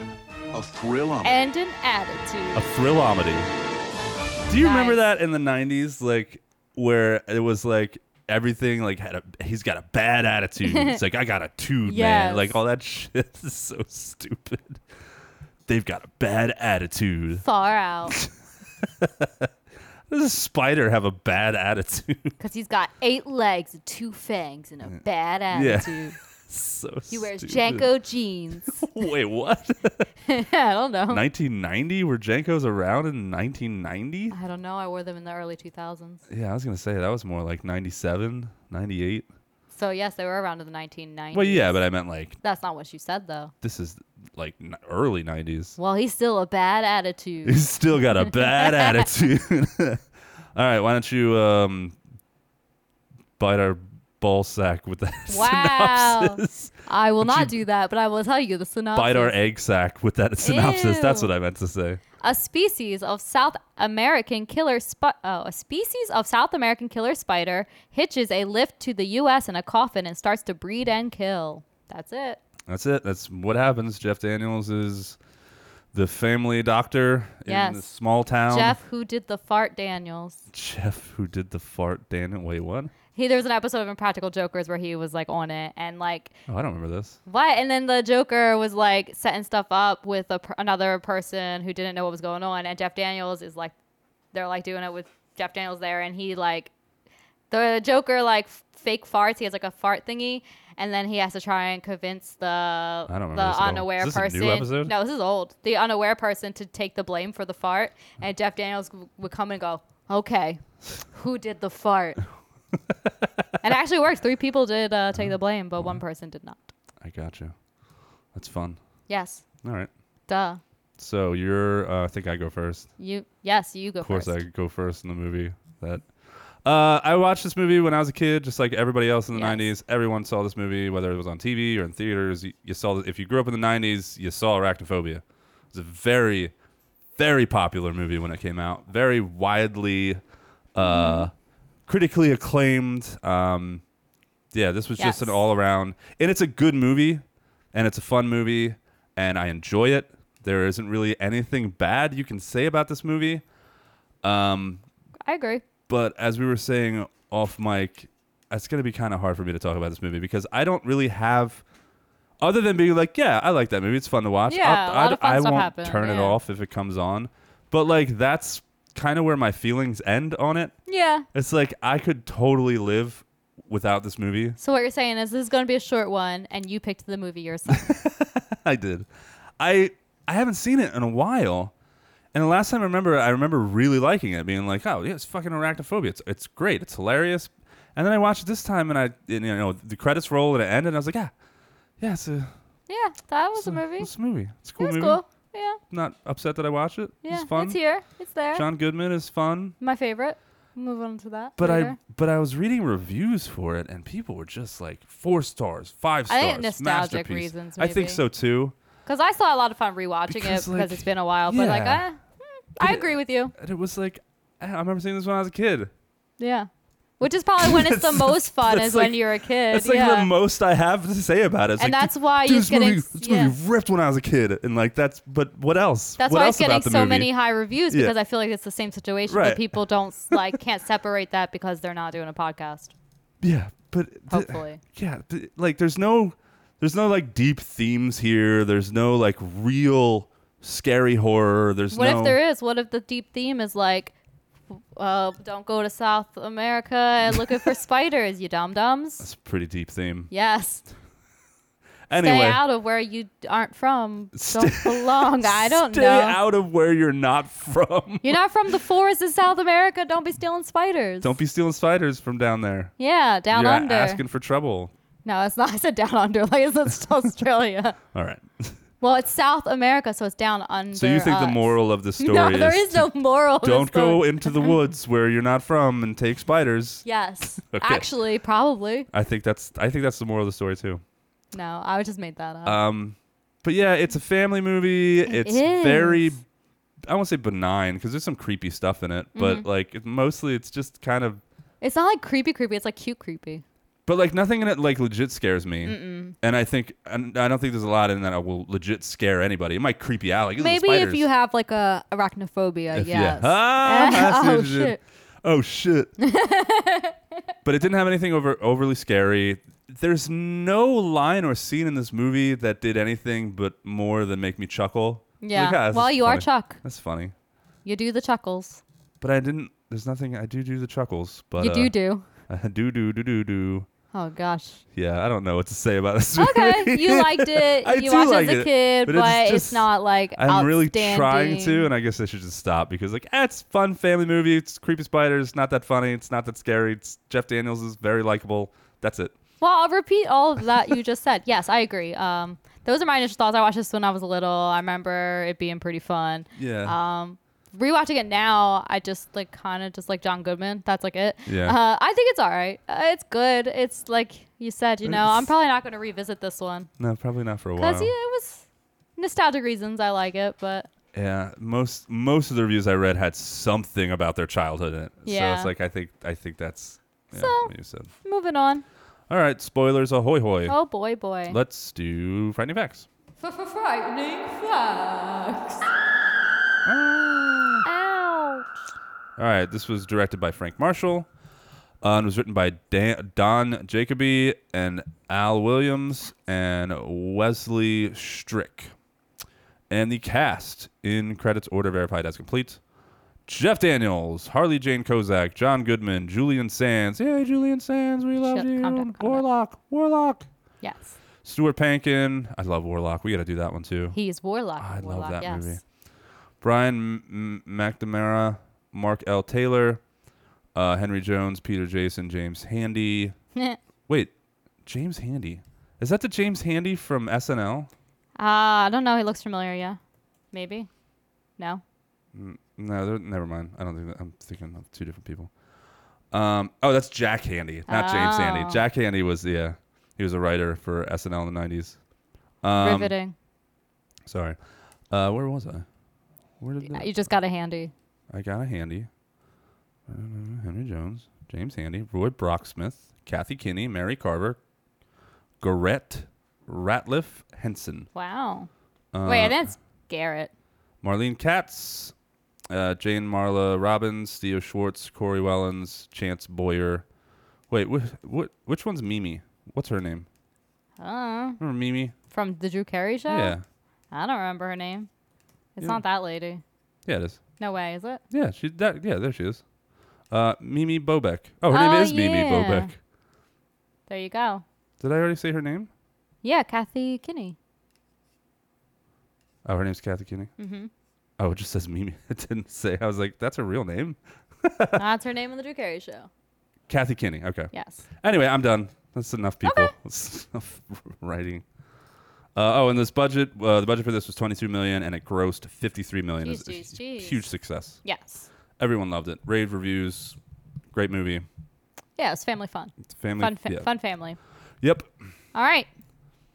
C: A thrill
B: And an
A: a
B: attitude.
A: thrillomedy. Do you remember
B: Nice.
A: that in the '90s, like where it was like everything like had a he's got a bad
B: <laughs>
A: attitude. it's like I got a two,
B: Yes.
A: man. Like all that <laughs> shit is so stupid. They've got a bad attitude. <laughs>
B: Far out.
A: Does a spider have a bad attitude? <laughs>
B: Because he's got eight legs and two fangs and a bad
A: Mm. Yeah.
B: attitude.
A: <laughs> so
B: He wears
A: stupid.
B: Janko jeans.
A: <laughs>
B: <laughs>
A: Wait, what? <laughs>
B: I don't know.
A: 1990? Were Jankos around in 1990?
B: I don't know. I wore them in the early 2000s.
A: Yeah, I was gonna say that was more like 97, 98.
B: So, yes, they were around in the 1990s.
A: Well, yeah, but I meant like
B: That's not what you said, though.
A: this is like n- early 90s.
B: Well, he's still a
A: <laughs>
B: bad attitude.
A: He's still got a
B: <laughs>
A: bad <laughs> attitude. All right, why don't you um, bite our ball sack with that <laughs>
B: Wow.
A: synopsis.
B: I will
A: Would
B: not
A: you
B: do that, but I will tell you the synopsis.
A: Bite our egg sack with that synopsis. That's
B: Ew.
A: what I meant to say.
B: A species of South American killer spider. Oh, a species of South American killer spider hitches a lift to the U.S. in a coffin and starts to breed and kill. That's it.
A: That's it. That's what happens. Jeff Daniels is the family doctor in the
B: Yes.
A: small town.
B: Jeff, who did the fart, Daniels.
A: Jeff, who did the fart Daniel. Wait, what?
B: He there was an episode of Impractical Jokers where he was like on it and like
A: Oh, I don't remember this.
B: What? And then the Joker was like setting stuff up with a, per- another person who didn't know what was going on, and Jeff Daniels is like, they're like doing it with Jeff Daniels there, and he like, the Joker like f- fake farts. He has like a fart thingy, and then he has to try and convince the
A: don't remember
B: the
A: this at all.
B: unaware
A: Is this a new
B: person.
A: episode?
B: No, this is old. The unaware person to take the blame for the fart, and Jeff Daniels w- would come and go, okay, who did
A: <laughs>
B: the fart? and it actually worked. Three people did uh, take the blame, but
A: Mm-hmm.
B: one person did not.
A: I gotcha. That's fun.
B: Yes.
A: All right.
B: Duh.
A: So you're. Uh, I think I go first.
B: You yes, you go
A: of course,
B: first.
A: I go first in the movie that. Uh, I watched this movie when I was a kid, just like everybody else in the
B: Yes.
A: '90s. Everyone saw this movie, whether it was on TV or in theaters. You, you saw if you grew up in the '90s, you saw Arachnophobia. It's a very, very popular movie when it came out. Very widely, uh,
B: Mm-hmm.
A: critically acclaimed. Um, yeah, this was just an
B: Yes.
A: all around, and it's a good movie, and it's a fun movie, and I enjoy it. There isn't really anything bad you can say about this movie. Um,
B: I agree.
A: but as we were saying off mic, it's going to be kind of hard for me to talk about this movie because I don't really have, other than being like, yeah, I like that movie. It's fun to watch.
B: Yeah,
A: I'll-
B: a lot
A: I'd-
B: of fun
A: I
B: stuff
A: won't
B: happened,
A: turn it
B: yeah.
A: off if it comes on. But like, that's kind of where my feelings end on it.
B: Yeah.
A: It's like I could totally live without this movie.
B: So what you're saying is this is going to be a short one, and you picked the
A: <laughs>
B: movie yourself.
A: I did. I I haven't seen it in a while. And the last time I remember, I remember really liking it, being like, "Oh, yeah, it's fucking arachnophobia. It's it's great. It's hilarious." And then I watched it this time, and I and, you know the credits roll and it ended, and I was like, "Yeah, yeah, it's a,
B: yeah, that was
A: it's
B: a movie.
A: It's a movie. It's a
B: it
A: cool
B: was
A: movie.
B: cool. Yeah.
A: Not upset that I watched it.
B: Yeah.
A: it's fun.
B: here. It's there.
A: John Goodman is fun,
B: My favorite. Move on to that.
A: but
B: later.
A: I but I was reading reviews for it, and people were just like four stars, five
B: I
A: stars,
B: think nostalgic
A: masterpiece.
B: reasons,
A: I think
B: maybe.
A: so too.
B: because I still had a lot of fun rewatching
A: Because,
B: it because
A: like,
B: it's been a while. But like,
A: yeah.
B: eh, mm, I agree with you.
A: And it was like, I I remember seeing this when I was a kid.
B: Yeah. Which is probably when it's
A: <laughs>
B: the
A: That's-
B: most fun
A: that's
B: is
A: like-
B: when you're a kid.
A: That's like
B: yeah.
A: the most I have to say about it. It's
B: And
A: like,
B: that's why
A: dude,
B: you
A: this
B: get
A: movie,
B: ex-
A: this
B: yeah.
A: movie ripped when I was a kid, and like that's. But what else?
B: That's
A: what
B: why
A: else
B: it's getting
A: about the
B: so
A: movie?
B: many high reviews
A: Yeah.
B: because I feel like it's the same situation,
A: Right.
B: but
A: <laughs>
B: people don't like can't separate that because they're not doing a podcast.
A: Yeah, but th- <laughs>
B: Hopefully.
A: yeah, th- like there's no, there's no like deep themes here. There's no like real scary horror. There's
B: What
A: no.
B: if there is? What if the deep theme is like, uh, don't go to South America
A: <laughs>
B: looking for spiders, you dum dums?
A: It's a pretty deep theme.
B: Yes.
A: Anyway,
B: Stay out of where you
A: <laughs>
B: aren't from. Don't belong. I don't
A: stay
B: know.
A: out of where you're not <laughs> from.
B: You're not from the forest of South America. Don't be stealing spiders.
A: Don't be stealing spiders from down there.
B: Yeah, down
A: you're a-
B: under.
A: asking for trouble.
B: no, it's not. I said down <laughs> under. Like
A: <laughs>
B: it's just Australia.
A: All right. <laughs>
B: Well, it's South America, so it's down under.
A: So you think the
B: us.
A: moral of the story
B: <laughs> No, there
A: is <laughs>
B: is no moral. to
A: don't
B: the story.
A: go into the woods where you're not from and take spiders.
B: Yes.
A: <laughs> Okay.
B: Actually, probably.
A: I think that's I think that's the moral of the story too.
B: No, I just made that up.
A: Um, but yeah, it's a family movie. it's
B: is.
A: very I won't say benign because there's some creepy stuff in it, but
B: Mhm.
A: like it, mostly it's just kind of
B: it's not like creepy, creepy. It's like cute, creepy.
A: but like nothing in it like legit scares me.
B: Mm-mm.
A: And I think and I don't think there's a lot in that I will legit scare anybody. It might creep you out like "Ooh,
B: Maybe if
A: spiders."
B: you have like a arachnophobia,
A: If-
B: yes.
A: Ah, I see
B: <laughs>
A: what
B: oh
A: you did.
B: shit.
A: Oh
B: <laughs>
A: shit. but it didn't have anything over overly scary. There's no line or scene in this movie that did anything but more than make me chuckle. I was
B: Yeah.
A: "Ah, this
B: Well,
A: is
B: you are
A: funny."
B: Chuck.
A: That's funny.
B: You do the chuckles.
A: But I didn't. There's nothing. I do do the chuckles. But
B: you
A: uh,
B: do do.
A: I <laughs> do do do do do. <laughs>
B: Oh gosh.
A: Yeah, I don't know what to say about this.
B: Okay,
A: movie.
B: you liked it.
A: I
B: you
A: do
B: watched
A: like
B: it as a kid, but, it's,
A: just-
B: not like
A: I'm really trying to,
B: outstanding.
A: and I guess I should just stop because like eh, it's a fun family movie. It's creepy spiders. Not that funny. It's not that scary. It's Jeff Daniels is very likable. That's it.
B: Well, I'll repeat all of that you just said. Yes, I agree. Um, those are my initial thoughts. I watched this when I was little. I remember it being pretty fun.
A: Yeah.
B: Um, rewatching it now, I just like kind of just like John Goodman. That's like it.
A: Yeah.
B: Uh, I think it's all right. Uh, it's good. It's like you said. You know, I'm
A: It's-
B: probably not going to revisit this one
A: No, probably not for a while.
B: because yeah, it was nostalgic reasons. I like it, but
A: Yeah, most most of the reviews I read had something about their childhood in it. So
B: Yeah.
A: it's like I think I think that's yeah,
B: So-
A: what you said.
B: moving on.
A: All right, spoilers ahoy hoy.
B: Oh boy, boy.
A: Let's do frightening facts.
B: Frightening facts. Ow.
A: All right, this was directed by Frank Marshall uh, and was written by Dan, Don Jacoby and Al Williams and Wesley Strick. And the cast in credits order verified as complete. Jeff Daniels, Harley Jane Kozak, John Goodman, Julian Sands. Hey, Julian Sands, we love
B: Shut-
A: you.
B: calm down, calm down.
A: Warlock, Warlock.
B: Yes,
A: Stuart Pankin. I love Warlock. We got to do that one too.
B: he's Warlock.
A: I
B: Warlock,
A: love that
B: yes.
A: movie. Brian M- M- McNamara, Mark L. Taylor, uh, Henry Jones, Peter Jason, James Handy.
B: <laughs>
A: Wait, James Handy. Is that the James Handy from SNL?
B: Ah, I don't know. He looks familiar. Yeah, maybe. No.
A: No, they're- never mind. I don't think that, I'm thinking of two different people. Um, oh, that's Jack Handy, not James
B: Oh.
A: Handy. Jack Handy was yeah, he was a writer for SNL in the '90s. Um,
B: Riveting.
A: Sorry, uh, where was I? Where did the-
B: You just got a handy.
A: I got a handy. Uh, Henry Jones, James Handy, Roy Brocksmith, Kathy Kinney, Mary Carver, Garrett Ratliff Henson,
B: Wow.
A: Uh,
B: Wait, that's Garrett.
A: Marlene Katz, uh, Jane Marla Robbins, Theo Schwartz, Corey Wellens, Chance Boyer. Wait, wh- what? Which one's Mimi? What's her name?
B: Uh,
A: Remember Mimi?
B: from the Drew Carey show?
A: Yeah,
B: I don't remember her name. It's
A: Yeah.
B: not that lady.
A: yeah, it is.
B: No way, is it?
A: Yeah, she. That, yeah, there she is. Uh, Mimi Bobek. Oh, her
B: Oh,
A: name is Mimi
B: yeah.
A: Bobek.
B: There you go.
A: Did I already say her name?
B: Yeah, Kathy Kinney.
A: Oh, her name's Kathy Kinney.
B: Mm-hmm.
A: Oh, it just says Mimi. <laughs> It didn't say. I was like, that's her real name,
B: That's her name on the Drew Carey show.
A: Kathy Kinney. Okay.
B: Yes.
A: Anyway, I'm done. That's enough people. <laughs> That's enough writing. Uh, oh, and this budget, uh, the budget for this was 22 million, and it grossed 53 million.
B: Jeez,
A: It's a
B: jeez,
A: hu-
B: jeez.
A: Huge success.
B: Yes.
A: Everyone loved it. Rave reviews. Great movie.
B: Yeah, it's family fun.
A: It's family.
B: Fun, fa-
A: yeah.
B: fun family.
A: Yep.
B: All right.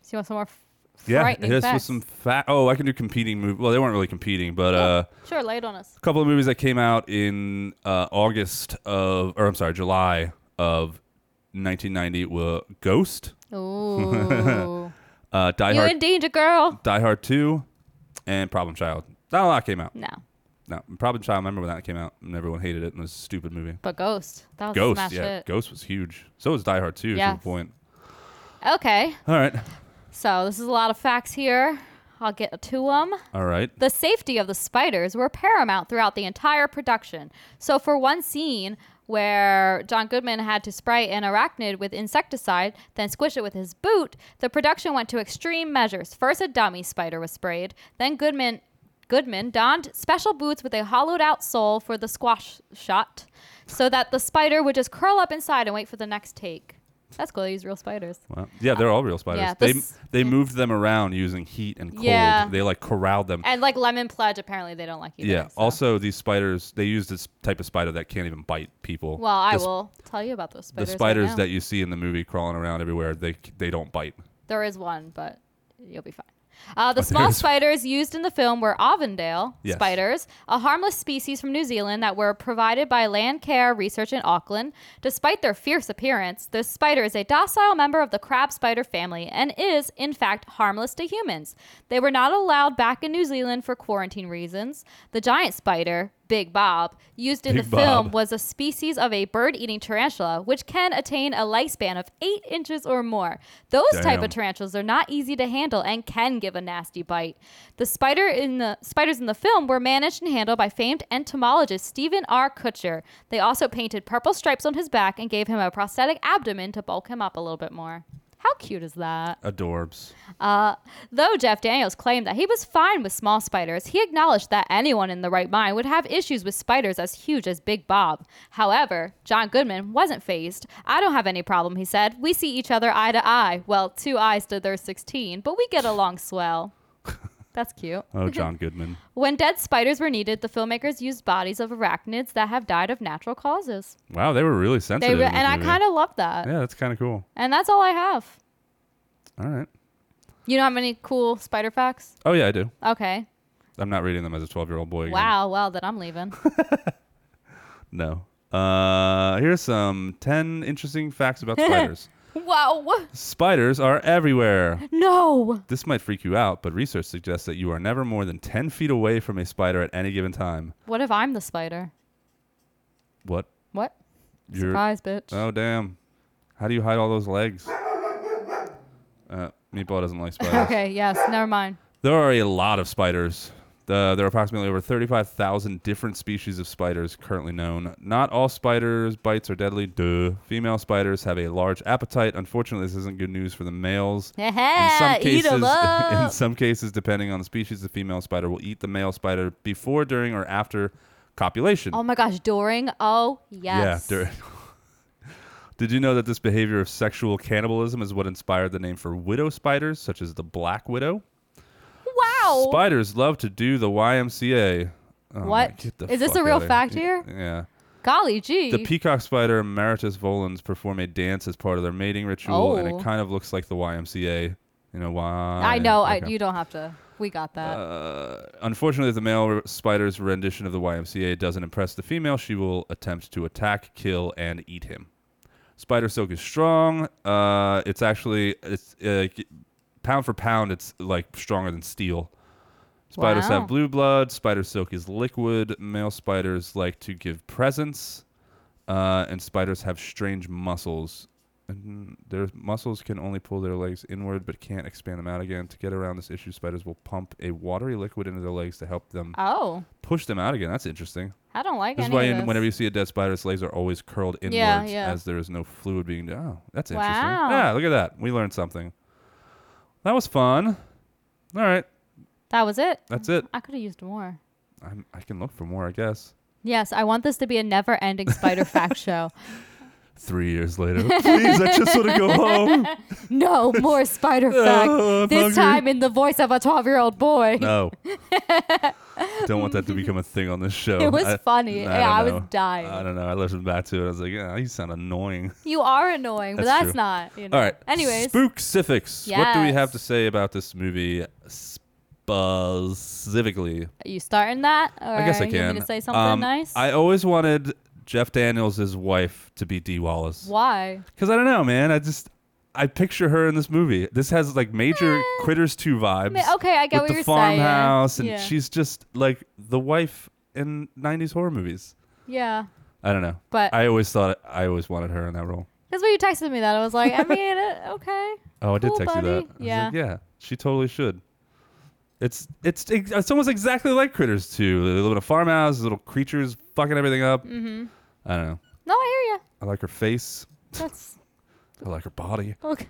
B: So you want some more? F-
A: Yeah.
B: frightening
A: This was
B: facts?
A: some fat. Oh, I can do competing movies. Well, they weren't really competing, but uh,
B: Sure, lay it on us.
A: a couple of movies that came out in uh, August of, or I'm sorry, July of 1990 were Ghost, <laughs>
B: Ooh.
A: uh, Die
B: you
A: Hard,
B: in danger, girl.
A: Die Hard 2, and Problem Child. Not a lot came out.
B: No.
A: No, Problem Child. I remember when that came out, and everyone hated it, and it was a stupid movie.
B: But Ghost. That was a
A: Ghost,
B: smash
A: yeah,
B: hit.
A: Ghost was huge. So was Die Hard 2 to
B: Yes.
A: a point.
B: Okay.
A: All right,
B: So this is a lot of facts here. I'll get to them.
A: all right.
B: The safety of the spiders were paramount throughout the entire production. So, for one scene where John Goodman had to spray an arachnid with insecticide, then squish it with his boot, the production went to extreme measures. First, a dummy spider was sprayed, then Goodman. Goodman donned special boots with a hollowed out sole for the squash shot so that the spider would just curl up inside and wait for the next take. That's cool. They use real spiders.
A: Wow. Yeah, they're all real spiders.
B: yeah,
A: they
B: this-
A: they moved them around using heat and cold.
B: Yeah.
A: They like corralled them.
B: And like Lemon Pledge, apparently they don't like either.
A: Yeah.
B: so-
A: Also, these spiders, they use this type of spider that can't even bite people.
B: Well, I
A: This-
B: will tell you about those
A: The
B: spiders. right
A: spiders
B: now.
A: that you see in the movie crawling around everywhere, they they don't bite.
B: There is one, but you'll be fine.
A: <laughs> Oh,
B: Uh, the
A: there
B: small
A: is-
B: spiders used in the film were Avondale
A: Yes.
B: spiders, a harmless species from New Zealand that were provided by Land Care Research in Auckland. Despite their fierce appearance, the spider is a docile member of the crab spider family and is, in fact, harmless to humans. They were not allowed back in New Zealand for quarantine reasons. The giant spider, Big Bob, used in
A: Big
B: the film
A: Bob.
B: was a species of a bird eating tarantula, which can attain a lifespan of eight inches or more. Those type
A: Damn.
B: of tarantulas are not easy to handle and can give a nasty bite. The spider in the spiders in the film were managed and handled by famed entomologist Stephen R. Kutcher. They also painted purple stripes on his back and gave him a prosthetic abdomen to bulk him up a little bit more. How cute is that?
A: Adorbs.
B: Uh, though Jeff Daniels claimed that he was fine with small spiders, he acknowledged that anyone in the right mind would have issues with spiders as huge as Big Bob. However, John Goodman wasn't phased. I don't have any problem, he said.
A: <laughs>
B: We see each other eye to eye. Well, two eyes to their 16, but we get along swell. That's cute. <laughs>
A: Oh, John Goodman.
B: When dead spiders were needed, the filmmakers used bodies of arachnids that have died of natural causes.
A: Wow, they were really
B: They
A: sensitive.
B: re-
A: in this
B: and I
A: movie.
B: kind of love that.
A: Yeah, that's kind of cool.
B: And that's all I have.
A: All right.
B: You know how many cool spider facts?
A: Oh yeah, I do.
B: Okay.
A: I'm not reading them as a 12 year old boy. again.
B: Wow. Well, then I'm leaving.
A: No. Uh, here's some 10 interesting facts
B: <laughs>
A: about spiders.
B: Whoa.
A: spiders are everywhere.
B: No.
A: This might freak you out, but research suggests that you are never more than 10 feet away from a spider at any given time.
B: What if I'm the spider?
A: What?
B: What?
A: You're-
B: Surprise, bitch.
A: Oh, damn. How do you hide all those legs? Uh, Meatball doesn't like spiders.
B: <laughs> okay. Yes. Never mind. <laughs>
A: There are a lot of spiders. Uh, there are approximately over 35,000 different species of spiders currently known. Not all spiders' bites are deadly. Duh. Female spiders have a large appetite. Unfortunately, this isn't good news for the males. in some
B: Eat
A: cases, <laughs>
B: 'em
A: in
B: up.
A: some cases, depending on the species, the female spider will eat the male spider before, during, or after copulation.
B: <laughs> Oh my gosh, Doring. Oh
A: Yeah.
B: yes.
A: During. <laughs> Did you know that this behavior of sexual cannibalism is what inspired the name for widow spiders, such as the black widow?
B: Wow.
A: Spiders love to do the YMCA. Oh my-
B: What?
A: get the
B: Is this
A: fuck
B: a real
A: outta
B: fact here?
A: Yeah.
B: Golly gee.
A: The peacock spider Emeritus volans perform a dance as part of their mating ritual, and
B: Oh.
A: it kind of looks like the YMCA. You know why?
B: I know. I,
A: okay.
B: you don't have to. We got that.
A: Uh, unfortunately, if the male r- spider's rendition of the YMCA doesn't impress the female, she will attempt to attack, kill, and eat him. Spider silk is strong. Uh, it's actually it's uh, g- pound for pound. It's like stronger than steel. Spiders
B: Wow.
A: have blue blood. Spider silk is liquid. Male spiders like to give presents, uh, and spiders have strange muscles. And their muscles can only pull their legs inward, but can't expand them out again. To get around this issue, spiders will pump a watery liquid into their legs to help them
B: oh,
A: push them out again. That's interesting.
B: I don't like
A: This is
B: any
A: why
B: of
A: in-
B: this.
A: whenever you see a dead spider, its legs are always curled inwards
B: Yeah, yeah.
A: as there is no fluid being. Oh, that's
B: Wow.
A: interesting. Yeah, look at that. We learned something. That was fun. All right,
B: that was it.
A: that's it.
B: I could have used more.
A: I'm, I can look for more, I guess.
B: Yes, I want this to be a never-ending spider
A: <laughs>
B: fact show.
A: Three years
B: <laughs>
A: later, please, I just want to go home.
B: No more spider fact.
A: <laughs> Oh, I'm
B: this
A: hungry.
B: time in the voice of a twelve-year-old boy.
A: No.
B: <laughs>
A: don't want that to become a thing on this show.
B: It was
A: I-
B: funny.
A: I
B: Yeah,
A: don't
B: I was
A: know.
B: dying.
A: I don't know. I listened back to it. I was like, yeah, you sound annoying.
B: You are annoying, but
A: That's
B: that's
A: true.
B: not. You know.
A: All right.
B: Anyways,
A: Spooksifics. What do we have
B: Yes.
A: to say about this movie specifically?
B: you starting that, or
A: I guess I
B: you want
A: can.
B: me to say something
A: Um,
B: nice?
A: I always wanted Jeff Daniels' wife to be Dee Wallace.
B: Why?
A: Because I don't know, man. I just I picture her in this movie. This has like major Critters Two vibes.
B: Eh. Ma- okay, I get
A: with
B: what
A: the
B: you're saying.
A: farmhouse, and
B: Yeah.
A: she's just like the wife in '90s horror movies.
B: Yeah.
A: I don't know,
B: But-
A: I always thought I always wanted her in that role.
B: Because when you texted me that, I was
A: <laughs>
B: like, I mean, uh, okay.
A: Oh, I did
B: Cool,
A: text you that.
B: buddy.
A: I was like,
B: Yeah.
A: yeah, she totally should. It's it's ex- it's almost exactly like Critters Two. They live in a farmhouse, little creatures fucking everything up.
B: Mm-hmm.
A: I don't know.
B: No, I hear you.
A: I like her face.
B: That's
A: I like her body.
B: okay.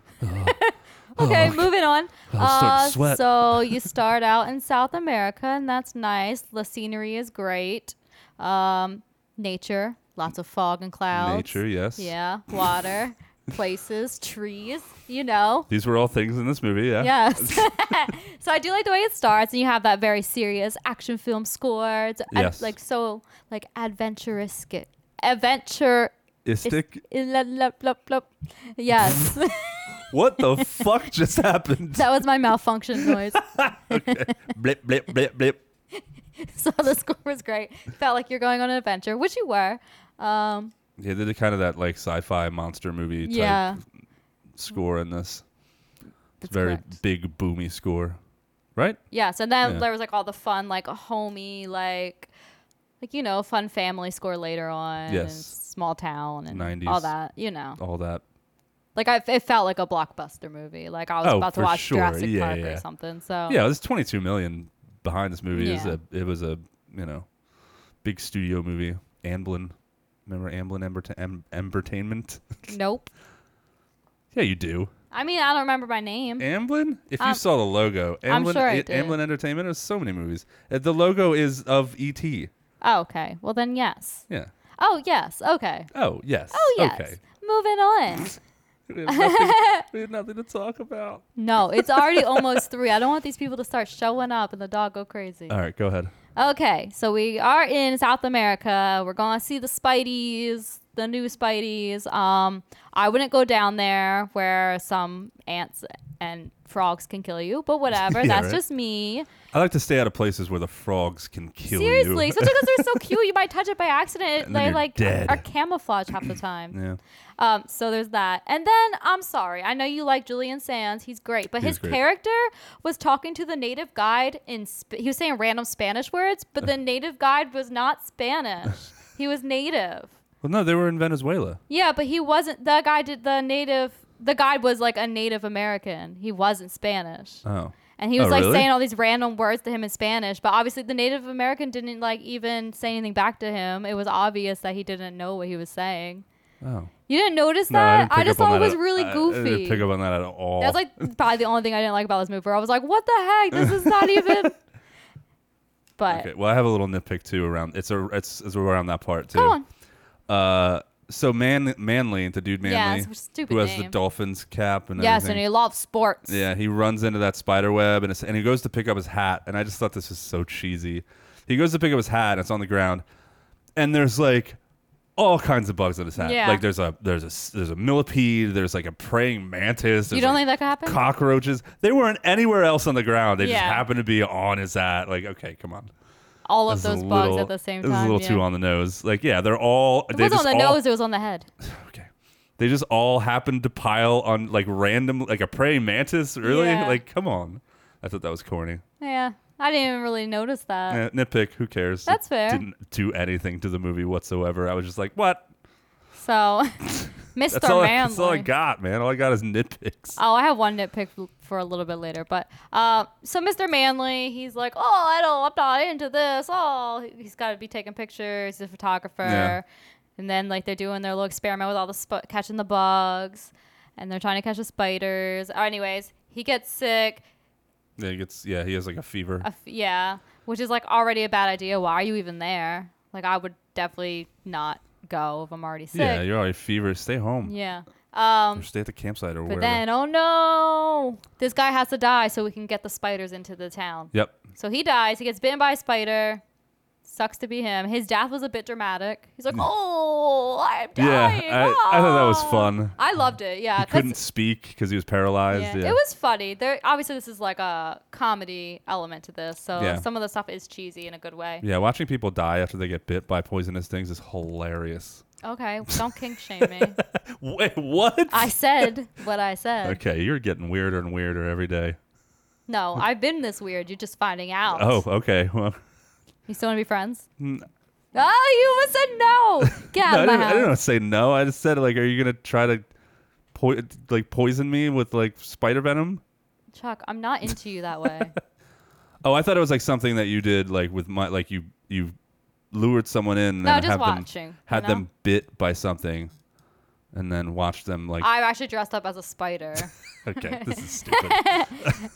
B: okay,
A: Oh.
B: moving
A: <laughs>
B: on. Uh,
A: I'm starting to sweat.
B: So you start out in South America, and that's nice. The scenery is great. Um, nature, lots of fog and clouds.
A: Nature, yes.
B: Yeah,
A: <laughs>
B: water, places, trees. You know.
A: These were all things in this movie. Yeah. <laughs>
B: Yes. <laughs> so I do like the way it starts, and you have that very serious action film score. It's ad-
A: Yes.
B: like so, like adventurous, adventure.
A: Istic.
B: la- la- la- la- Yes,
A: <laughs>
B: <laughs>
A: What the fuck just happened?
B: that was my malfunction noise. <laughs>
A: blip blip blip blip.
B: so the score was great. Felt like you're going on an adventure, which you were. Um,
A: Yeah, they did kind of that like sci-fi monster movie type
B: yeah,
A: score in this.
B: that's
A: Very
B: correct.
A: big boomy score, right?
B: Yes, and then
A: Yeah.
B: there was like all the fun, like homey, like like you know, fun family score later on.
A: Yes.
B: and small town and
A: 90s.
B: all that. You know,
A: All that.
B: Like I, it felt like a blockbuster movie. Like I was
A: Oh,
B: about to
A: for
B: watch
A: sure.
B: Jurassic
A: Yeah,
B: Park
A: yeah.
B: or something. So
A: Yeah, this 22 million behind this movie is
B: Oh. Yeah.
A: a. It was a you know, big studio movie. Amblin, remember Amblin Emberta- em- Embertainment? <laughs>
B: nope.
A: yeah, you do.
B: I mean, I don't remember my name.
A: Amblin? If you
B: Um,
A: saw the logo, Amblin,
B: I'm sure I
A: eh,
B: did.
A: Amblin Entertainment. There's so many movies. Uh, The logo is of E.T.
B: Oh, okay. Well then, yes.
A: Yeah.
B: Oh yes. Okay.
A: Oh yes.
B: Oh yes.
A: Okay.
B: Moving on.
H: We have nothing,
B: <laughs>
H: we have nothing to talk about.
B: No,
A: <laughs>
B: it's already almost three. I don't want these people to start showing up and the dog go crazy.
A: Uh.
H: All right, go ahead.
B: Okay, so we are in South America. We're going to see the Spideys, the new Spideys. Um, I wouldn't go down there where some ants and frogs can kill you, but
A: <laughs>
B: whatever.
A: Yeah,
B: That's
A: right.
B: just me.
A: I like to stay out of places where the frogs can kill you.
B: Seriously, especially because
A: <laughs>
B: they're so cute, you might touch it by
A: And
B: accident.
A: then
B: they
A: you're
B: like
A: dead.
B: are
A: <clears throat>
B: camouflage half the time.
A: yeah.
B: Um, so there's that. And then I'm sorry, I know you like Julian Sands. He's great, but
A: He's
B: his
A: great.
B: character was talking to the native guide in. Sp- he was saying random Spanish words,
A: <laughs>
B: but the native guide was not Spanish. he was native.
A: Well, no, they were in Venezuela.
B: Yeah, but he wasn't. The guy did the native. The guide was like a Native American. He wasn't Spanish.
A: Oh.
B: And he was
A: Oh,
B: like
A: really?
B: saying all these random words to him in Spanish, but obviously the Native American didn't like even say anything back to him. It was obvious that he didn't know what he was saying.
A: Oh.
B: You didn't notice
A: No,
B: that?
A: I, didn't pick
B: just
A: up on
B: thought it
A: that
B: was
A: at-
B: really
A: I- I
B: goofy.
A: didn't pick up on that at all.
B: That's like probably the only thing I didn't like about this movie. Where I was like, "What the heck? This
A: <laughs>
B: is not even." But
A: Okay, well, I have a little nitpick too around. It's a it's, it's around that part too.
B: Go on.
A: Uh, so man, Manly, the dude Manly,
B: Yeah, it's a stupid
A: who has the
B: name.
A: Dolphins cap and
B: yes,
A: everything.
B: and he loves sports.
A: Yeah, he runs into that spider web and, it's, and he goes to pick up his hat. And I just thought this is so cheesy. He goes to pick up his hat and it's on the ground. And there's like all kinds of bugs on his hat.
B: Yeah.
A: Like there's a there's a s- there's a millipede. There's like a praying mantis. there's,
B: You don't
A: like
B: think that could happen?
A: cockroaches. They weren't anywhere else on the ground. They just
B: Yeah.
A: happened to be on his hat. Like okay, come on.
B: all of
A: This is a
B: those bugs
A: little-
B: at the same
A: This
B: time.
A: is a little
B: yeah.
A: too on the nose. Like yeah, they're all.
B: It
A: they
B: wasn't
A: just
B: on the
A: all,
B: nose; it was on the head.
A: They just all happened to pile on like random like a praying mantis. Really?
B: Yeah.
A: Like come on. I thought that was corny.
B: Yeah, I didn't even really notice that.
A: Eh, nitpick. Who cares?
B: That's
A: It
B: fair.
A: Didn't do anything to the movie whatsoever. I was just like, what? <laughs>
B: So, <laughs>
A: That's
B: Mr.
A: all, I, that's all I
B: Manley.
A: got, man. All I got is nitpicks.
B: Oh, I have one nitpick l- for a little bit later, but uh, so Mr. Manley, he's like, oh, I don't, I'm not into this. Oh, he- he's got to be taking pictures. He's a photographer,
A: Yeah.
B: and then like they're doing their little experiment with all the sp- catching the bugs, and they're trying to catch the spiders. Uh, anyways, he gets sick.
A: Yeah, he gets yeah, he has like a fever.
B: A f- yeah, which is like already a bad idea. Why are you even there? Like, I would definitely not go if I'm already sick.
A: yeah, you're already fever. Stay home.
B: Yeah. Um,
A: Or stay at the campsite or wherever.
B: But then, oh no, this guy has to die so we can get the spiders into the town.
A: yep.
B: So he dies. He gets bitten by a spider. Sucks to be him. His death was a bit dramatic. He's like, oh, I'm dying.
A: Mm. Yeah, I, I thought that was
B: oh."
A: fun.
B: I loved it. Yeah,
A: he
B: 'cause-
A: couldn't speak because he was paralyzed.
B: yeah,
A: Yeah,
B: it was funny. There, obviously, this is like a comedy element to this, so
A: Yeah.
B: some of the stuff is cheesy in a good way.
A: Yeah, watching people die after they get bit by poisonous things is hilarious. <laughs>
B: Okay, don't kink shame me.
A: Wait, what?
B: I said what I said.
A: Okay, you're getting weirder and weirder every day.
B: No, I've been this weird. You're just finding out.
A: Oh, okay. <laughs>
B: <laughs>
A: Well,
B: You still want to be friends?
A: Mm.
B: Oh, you said no. Get
A: <laughs> no, I
B: out
A: didn't,
B: of my
A: I didn't
B: house.
A: wanna say no. I just said like, are you gonna try to, po- like poison me with like spider venom?
B: Chuck, I'm not into you that way.
A: Oh, I thought it was like something that you did like with my like you you lured someone in and
B: No,
A: then
B: just
A: have
B: watching, you
A: them had
B: know?
A: them bit by something, and then watched them like.
B: I'm actually dressed up as a spider.
A: <laughs>
B: <laughs>
A: okay, this is stupid.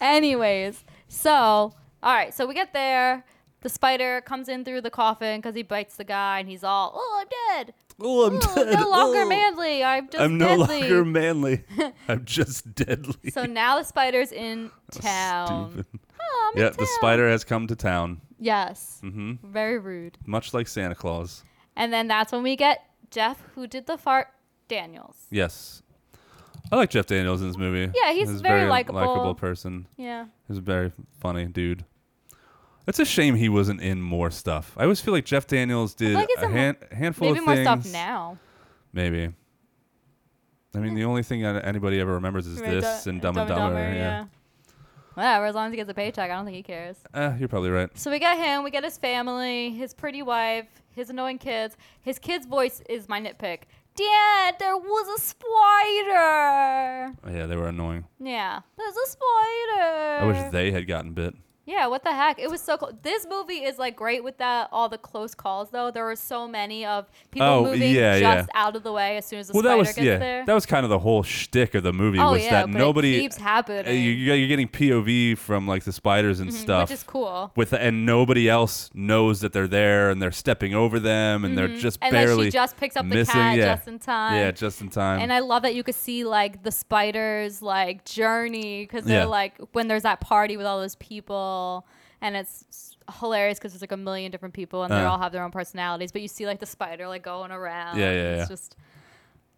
B: Anyways, so, all right, so we get there. The spider comes in through the coffin because he bites the guy and he's all, oh, I'm dead.
A: <laughs> oh, I'm
B: Oh, no longer manly. I'm just
A: I'm no
B: deadly.
A: longer
B: <laughs>
A: manly. I'm just deadly. <laughs>
B: so now the spider's in town.
A: Stupid.
B: Oh, I'm in
A: Oh, yeah, the
B: town.
A: spider has come to town,
B: Yes.
A: Mhm.
B: Very rude.
A: much like Santa Claus.
B: And then that's when we get Jeff, who did the fart, Daniels.
A: Yes, I like Jeff Daniels in this movie.
B: Yeah, he's
A: a
B: very
A: very
B: likable.
A: likable person.
B: Yeah.
A: He's a very funny dude. It's a shame he wasn't in more stuff. I always feel like Jeff Daniels did
B: like it's
A: a
B: in mo-
A: hand, handful
B: Maybe
A: of
B: more
A: things.
B: stuff now.
A: Maybe. I mean, the only thing that anybody ever remembers is
B: Right,
A: this
B: Du-
A: and Dumb, and Dumber. yeah.
B: Whatever, as long as he gets a paycheck, I don't think he cares.
A: Eh, you're probably right.
B: So we get him, we get his family, his pretty wife, his annoying kids. His kid's voice is my nitpick. Dad, there was a spider.
A: Yeah, they were annoying.
B: Yeah, there's a spider.
A: I wish they had gotten bit.
B: Yeah, what the heck? It was so cool. This movie is like great with that all the close calls though. There were so many of people
A: Oh,
B: moving
A: yeah,
B: just
A: yeah.
B: out of the way as soon as the
A: Well,
B: spider
A: that was
B: gets
A: yeah.
B: there.
A: That was kind of the whole shtick of the movie
B: Oh,
A: was
B: yeah,
A: that
B: but it
A: nobody
B: keeps happening.
A: uh, You, you- you're getting POV from like the spiders and
B: Mhm,
A: stuff,
B: which is cool.
A: With and nobody else knows that they're there and they're stepping over them and they're
B: Mhm.
A: just
B: And then she
A: barely
B: just picks up the
A: missing.
B: cat
A: yeah.
B: just in time.
A: Yeah, just in time.
B: And I love that you could see like the spiders like journey because they're
A: Yeah.
B: like when there's that party with all those people and it's s- hilarious because there's like a million different people and they
A: Uh.
B: all have their own personalities but you see like the spider like going around.
A: Yeah, yeah,
B: and It's
A: yeah.
B: just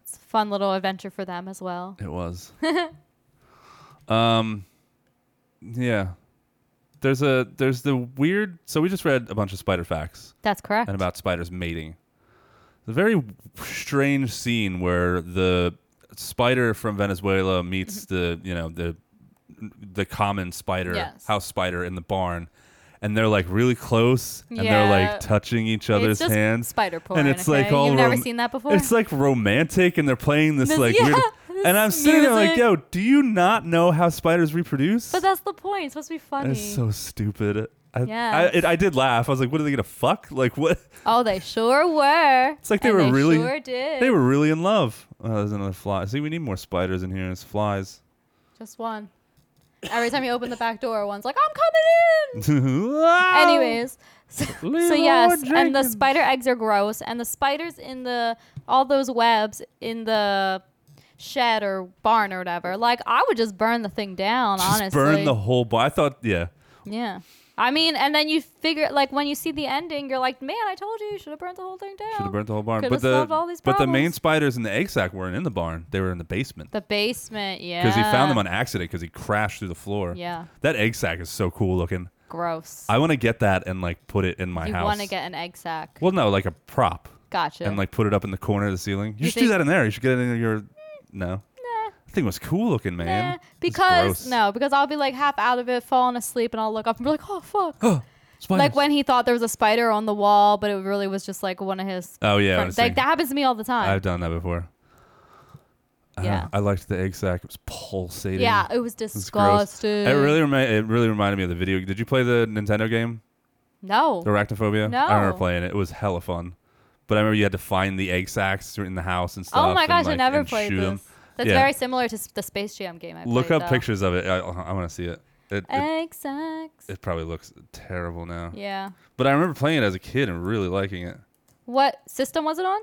B: it's a fun little adventure for them as well.
A: It
B: <laughs>
A: was. um, yeah. There's a there's the weird. So we just read a bunch of spider facts.
B: That's correct.
A: And about spiders mating. The very strange scene where the spider from Venezuela
B: Mm-hmm.
A: meets the you know the the common spider
B: Yes.
A: house spider in the barn. And they're like really close, and they're
B: Yeah.
A: like touching each
B: It's
A: other's
B: just
A: hands.
B: spider porn,
A: and it's like
B: okay?
A: all
B: You've never
A: rom-
B: seen that before?
A: It's like romantic, and they're playing this
B: This-
A: like
B: yeah,
A: weird.
B: <laughs> this
A: And I'm sitting there like,
B: music.
A: yo, do you not know how spiders reproduce?
B: But that's the point. It's supposed to be funny.
A: That's so stupid. I,
B: Yeah.
A: I, it, I did laugh. I was like, what are they gonna fuck? Like what?
B: oh, they sure were.
A: It's like they
B: And
A: were really
B: sure did.
A: they were really in love. Oh, there's another fly. See, we need more spiders in here. It's flies. <laughs>
B: just one. Every time you open the back door, one's like, "I'm coming in." Anyways, <laughs> so, so
L: Leroy
B: yes, and the
L: Jenkins.
B: spider eggs are gross, and the spiders in the all those webs in the shed or barn or whatever. Like I would just burn the thing down,
A: just
B: honestly.
A: burn the whole. Bo- I thought, yeah,
B: yeah. I mean, and then you figure like when you see the ending, you're like, man, I told you, you should have burnt the whole thing down.
A: should have burnt the whole barn.
B: Could
A: but
B: have
A: the
B: Oh, solved all these
A: but the
B: problems.
A: main spiders in the egg sack weren't in the barn. They were in the basement
B: the basement, yeah.
A: because he found them on accident because he crashed through the floor.
B: Yeah.
A: that egg sack is so cool looking.
B: Gross.
A: I want to get that and like put it in my
B: you
A: house.
B: want to get an egg sack?
A: well, no, like a prop.
B: Gotcha.
A: And like put it up in the corner of the ceiling. You,
B: You
A: should do
B: think-
A: that in there. You should get it in your. No. Nah. That thing was cool looking, man.
B: Eh, because
A: gross.
B: no, because I'll be like half out of it, falling asleep, and I'll look up and be like, oh fuck.
A: Spiders.
B: like when he thought there was a spider on the wall, but it really was just like one of his.
A: Oh, yeah,
B: friends.
A: it's
B: like
A: like-
B: that happens to me all the time.
A: I've done that before. I don't
B: Yeah.
A: know. I liked the egg sack. It was pulsating.
B: Yeah, it was
A: gross.
B: disgusting.
A: It really remi- it really reminded me of the video. Did you play the Nintendo game,
B: no.
A: the Arachnophobia? I
B: No.
A: remember playing it. It was hella fun. But I remember you had to find the egg sacks in the house and stuff.
B: oh my
A: and,
B: gosh, I
A: like,
B: never
A: and
B: played
A: shoot
B: this.
A: 'em.
B: That's
A: Yeah.
B: very similar to s- the Space Jam game. I
A: Look
B: played,
A: up
B: though.
A: pictures of it. I, uh, I want to see it. It, it,
B: Egg sack.
A: it probably looks terrible now.
B: Yeah.
A: But I remember playing it as a kid and really liking it.
B: What system was it on?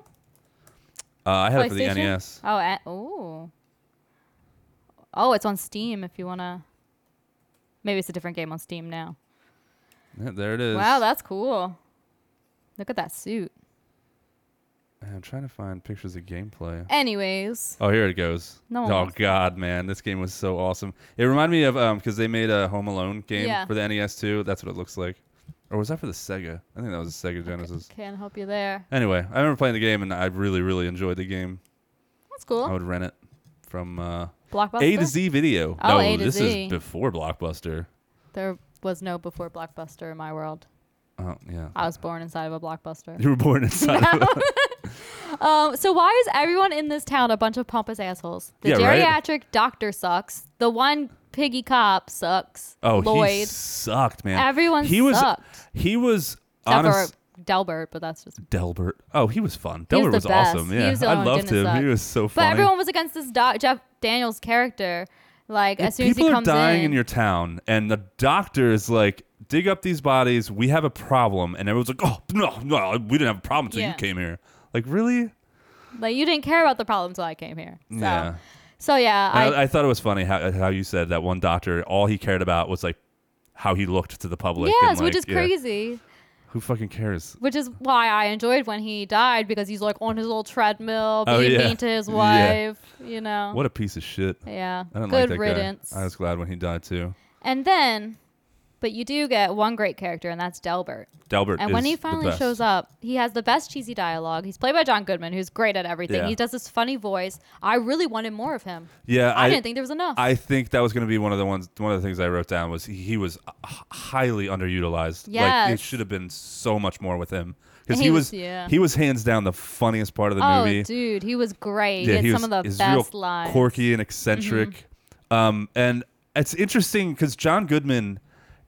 A: Uh, I had it for the
B: PlayStation?
A: NES.
B: Oh, a- oh. Oh, it's on Steam. If you wanna, maybe it's a different game on Steam now.
A: Yeah, there it is.
B: Wow, that's cool. Look at that suit.
A: I'm trying to find pictures of gameplay.
B: Anyways,
A: Oh, here it goes.
B: No one
A: oh
B: wants
A: God, man, this game was so awesome. It reminded me of um because they made a Home Alone game
B: Yeah.
A: for the NES too. That's what it looks like, or was that for the Sega? I think that was the Sega Genesis.
B: can't help you there.
A: Anyway, I remember playing the game and I really, really enjoyed the game.
B: That's cool.
A: I would rent it from uh,
B: Blockbuster?
A: A to Z Video.
B: Oh,
A: no,
B: A to
A: this
B: Z.
A: is before Blockbuster.
B: There was no before Blockbuster in my world.
A: Oh yeah,
B: I was born inside of a
A: <laughs>
B: Blockbuster.
A: you were born inside. of
B: <laughs>
A: a-
B: Um, so why is everyone in this town a bunch of pompous assholes? The
A: Yeah, right?
B: geriatric doctor sucks. The one piggy cop sucks.
A: Oh, he
B: Lloyd.
A: sucked, man.
B: Everyone
A: he was,
B: sucked.
A: He was
B: Except
A: honest.
B: for Delbert, but that's just.
A: Delbert. Oh, he was fun.
B: He
A: Delbert
B: the
A: was,
B: best.
A: awesome.
B: He
A: Yeah,
B: was the
A: I
B: only one
A: loved him.
B: didn't
A: He
B: suck.
A: was so
B: But
A: funny.
B: everyone was against this doc- Jeff Daniels character. Like as soon as he
A: People are
B: comes
A: dying
B: in,
A: in. your town, and the doctor is like, "Dig up these bodies. We have a problem." And everyone's like, "Oh no, no, we didn't have a problem until
B: Yeah.
A: you came here." Like, really?
B: like you didn't care about the problem until I came here. So,
A: Yeah.
B: so yeah, I,
A: And I, I thought it was funny how how you said that one doctor, all he cared about was like how he looked to the public. and,
B: yes, which
A: like,
B: is
A: yeah.
B: crazy.
A: Who fucking cares?
B: Which is why I enjoyed when he died because he's like on his little treadmill,
A: Oh,
B: being
A: yeah.
B: mean to
A: <laughs>
B: his
A: Yeah.
B: wife, you know.
A: What a piece of shit.
B: Yeah.
A: I didn't
B: Good
A: like that
B: riddance.
A: guy. I was glad when he died too.
B: and then, but you do get one great character, and that's Delbert.
A: Delbert
B: And when
A: is
B: he
A: the
B: finally
A: best.
B: shows up, he has the best cheesy dialogue. He's played by John Goodman, who's great at everything.
A: Yeah.
B: He does this funny voice. I really wanted more of him.
A: Yeah,
B: I didn't think there was enough.
A: I think that was going to be one of the ones. One of the things I wrote down was he, he was h- highly underutilized. like
B: Yes.
A: it should have been so much more with him because
B: And
A: he,
B: he was-
A: was,
B: yeah.
A: he was hands down the funniest part of the
B: oh,
A: movie.
B: dude, he was great. he had
A: he was,
B: some of the
A: he's
B: best
A: real
B: lines. Mm-hmm.
A: quirky and eccentric. Um, and it's interesting because John Goodman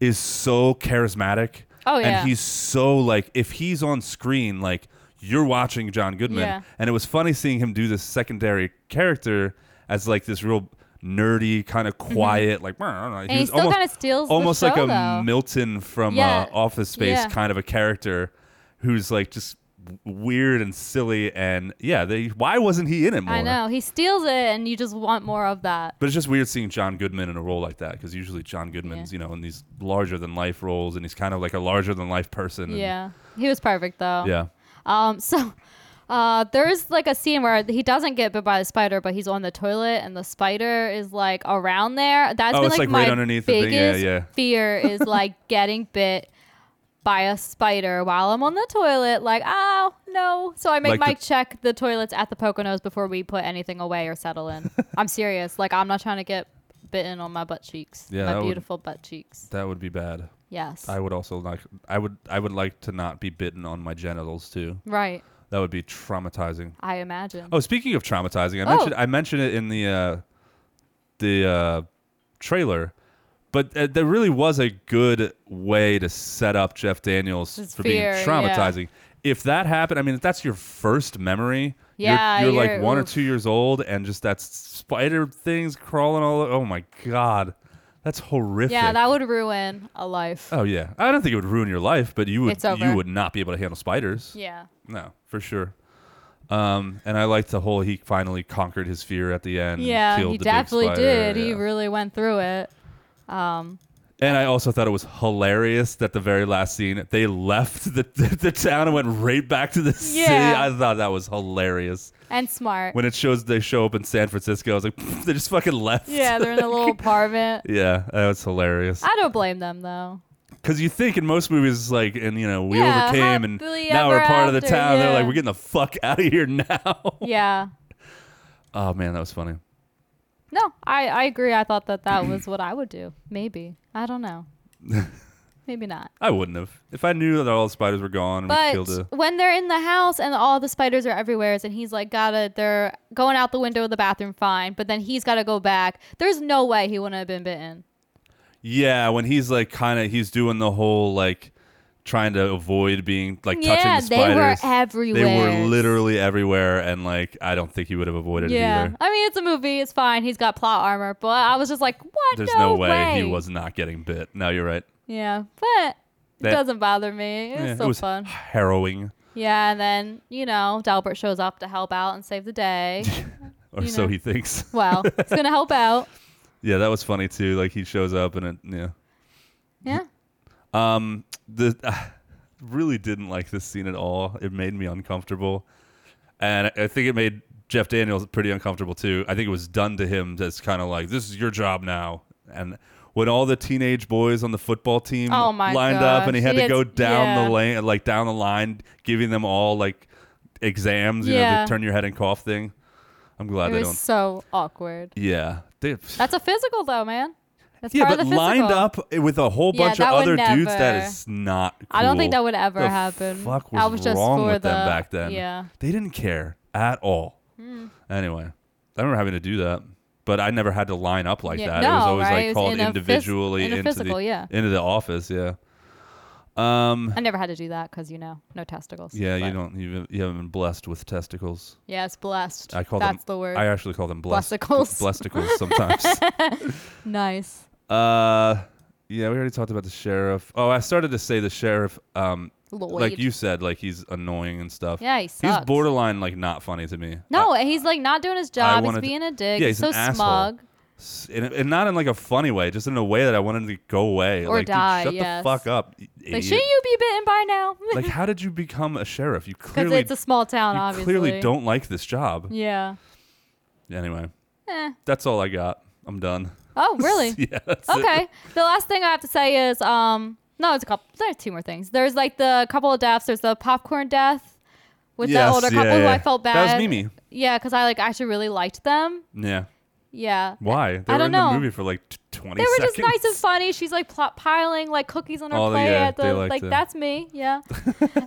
A: is so charismatic.
B: Oh, yeah.
A: And he's so like if he's on screen, like you're watching John Goodman.
B: Yeah.
A: And it was funny seeing him do this secondary character as like this real nerdy, kind of quiet, like <laughs> I don't know.
B: Mm-hmm. And he still kinda steals the
A: almost like
B: show,
A: a
B: though.
A: Milton from
B: Yeah.
A: uh, Office Space
B: Yeah.
A: kind of a character who's like just w- weird and silly and yeah. They, why wasn't he in it more?
B: I know. He steals it, and you just want more of that.
A: But it's just weird seeing John Goodman in a role like that because usually John Goodman's you know in these larger than life roles and he's kind of like a larger than life person. and-
B: Yeah. He was perfect, though.
A: Mm. Yeah.
B: Um, so <laughs> uh, there's like a scene where he doesn't get bit by the spider, but he's on the toilet and the spider is like around there. That's
A: Oh,
B: been
A: it's,
B: like,
A: like, right
B: my
A: underneath the
B: biggest
A: thing. Yeah, yeah.
B: fear
A: <laughs>
B: is like getting bit by a spider while I'm on the toilet. Like, oh no. So I make
A: Like the-
B: Mike check the toilets at the Poconos before we put anything away or
A: <laughs>
B: settle in. I'm serious. Like I'm not trying to get bitten on my butt cheeks.
A: Yeah, that
B: my
A: would-
B: beautiful butt cheeks.
A: That would be bad.
B: Yes.
A: I would also like. I would. I would like to not be bitten on my genitals too.
B: Right.
A: That would be traumatizing.
B: I imagine.
A: Oh, speaking of traumatizing, I
B: Oh.
A: mentioned I mentioned it in the uh, the uh, trailer, but uh, there really was a good way to set up Jeff Daniels
B: His
A: for
B: fear, yeah.
A: being traumatizing. If that happened, I mean, if that's your first memory.
B: Yeah,
A: you're, you're,
B: you're-
A: like one
B: oof.
A: or two years old, and just that spider things crawling all. o- Oh my god, that's horrific.
B: yeah, that would ruin a life.
A: Oh yeah, I don't think it would ruin your life, but you would
B: It's over.
A: you would not be able to handle spiders.
B: Yeah.
A: No, for sure. Um, and I liked the whole he finally conquered his fear at the end. and
B: yeah,
A: killed
B: he
A: the big
B: definitely
A: spider,
B: did. He
A: yeah.
B: really went through it. Um,
A: and I also thought it was hilarious that the very last scene they left the <laughs> the, town and went right back to the city.
B: Yeah.
A: I thought that was hilarious.
B: and smart.
A: When it shows they show up in San Francisco, I was like, <laughs> they just fucking left.
B: <laughs> yeah, they're in a little apartment.
A: <laughs> yeah, that was hilarious.
B: I don't blame them though.
A: Because you think in most movies, it's like, and you know, we
B: Yeah,
A: overcame, and
B: happily
A: now
B: ever
A: we're part of the
B: after,
A: town. They're
B: yeah.
A: like, we're getting the fuck <laughs> out of here now. <laughs>
B: Yeah.
A: Oh man, that was funny.
B: No, I, I agree. I thought
A: <clears throat>
B: that that was what I would do. Maybe. I
A: <laughs>
B: don't know. Maybe not.
A: I wouldn't have. If I knew that all the spiders were gone, and we
B: But
A: killed a.
B: when they're in the house and all the spiders are everywhere, and he's like, gotta, they're going out the window of the bathroom, fine. But then he's gotta go back. There's no way he wouldn't have been bitten.
A: Yeah, when he's like kind of, he's doing the whole like trying to avoid being like touching
B: Yeah,
A: the
B: they were
A: spiders. They
B: everywhere.
A: were literally everywhere, and like I don't think he would have avoided it either.
B: I mean, it's a movie. It's fine. He's got plot armor, but I was just like, what?
A: There's no, way. he was not getting bit. No, you're right.
B: Yeah, but
A: That-
B: it doesn't bother me. It's
A: Yeah,
B: still
A: it was
B: fun.
A: harrowing,
B: Yeah, and then you know, Dalbert shows up to help out and save
A: <laughs>
B: the day.
A: or
B: You
A: so
B: know.
A: he thinks. <laughs>
B: well, he's gonna help out.
A: yeah, that was funny too. Like he shows up and it, yeah.
B: Yeah.
A: Um, the I really didn't like this scene at all. It made me uncomfortable, and I I think it made Jeff Daniels pretty uncomfortable too. I think it was done to him. That's kind of like this is your job now, and. When all the teenage boys on the football team
B: Oh my
A: lined up and he
B: gosh.
A: had
B: He
A: to go
B: had-
A: down
B: yeah.
A: the lane, like down the line, giving them all like exams, you know,
B: Yeah.
A: the turn your head and cough thing. I'm glad
B: It
A: they
B: was
A: don't.
B: so awkward.
A: yeah, they,
B: That's a physical though, man. That's
A: yeah,
B: part
A: but
B: of the physical.
A: lined up with a whole
B: Yeah,
A: bunch
B: that
A: of
B: would
A: other dudes,
B: never-
A: that is not. Cool.
B: I don't think that would ever
A: the
B: happen.
A: Fuck was,
B: That was just
A: wrong
B: for
A: with them
B: the-
A: back then.
B: yeah. Hmm.
A: they didn't care at all. Anyway, I remember having to do that, but I never had to line up like
B: Yeah,
A: that. it was
B: no,
A: always
B: right? It
A: like
B: was
A: called
B: in a phys-
A: individually
B: in a
A: into
B: physical,
A: the
B: yeah.
A: into the office. Yeah. Um.
B: I never had to do that because you know, no testicles.
A: Yeah,
B: but-
A: you don't. You've, you haven't been blessed with testicles.
B: Yeah, it's blessed.
A: I call them.
B: That's the word.
A: I actually call them blessed,
B: Blessicles.
A: Blessicles sometimes.
B: <laughs> nice.
A: Uh, yeah, we already talked about the sheriff. Oh, I started to say the sheriff. Um,
B: Lloyd.
A: like you said, like he's annoying and stuff.
B: Yeah, he
A: He's
B: sucks.
A: borderline like not funny to me. Uh,
B: No, and he's like not doing his job. He's
A: wanted to-
B: being a dick.
A: Yeah,
B: he's,
A: he's
B: so
A: an asshole.
B: smug.
A: S- And, and not in like a funny way, just in a way that I wanted to go away
B: Or
A: like, dude,
B: die,
A: shut
B: yes.
A: the fuck up, y-
B: Like,
A: idiot.
B: should you be bitten by now?
A: <laughs>
B: <laughs>
A: like, how did you become a sheriff? You
B: Because
A: clearly
B: it's a small town,
A: you
B: obviously.
A: clearly don't like this job.
B: Yeah.
A: Anyway,
B: Eh.
A: that's all I got. I'm done. <laughs>
B: Oh, really?
A: yeah. that's it.
B: okay. The last thing I have to say is, um, no, it's a couple. There's two more things. There's like the couple of deaths. There's the popcorn death with
A: Yes,
B: the older
A: yeah,
B: couple who
A: yeah.
B: I felt bad.
A: That was Mimi.
B: Yeah, because I like actually really liked them.
A: Yeah.
B: Yeah.
A: Why? They
B: I
A: were
B: don't
A: in
B: know.
A: the movie for like t- 20
B: They were
A: seconds.
B: just nice and funny. She's like plot piling like cookies on her
A: Oh,
B: plate
A: yeah,
B: at
A: they
B: the
A: like
B: like
A: to-
B: that's me,
A: <laughs>
B: yeah.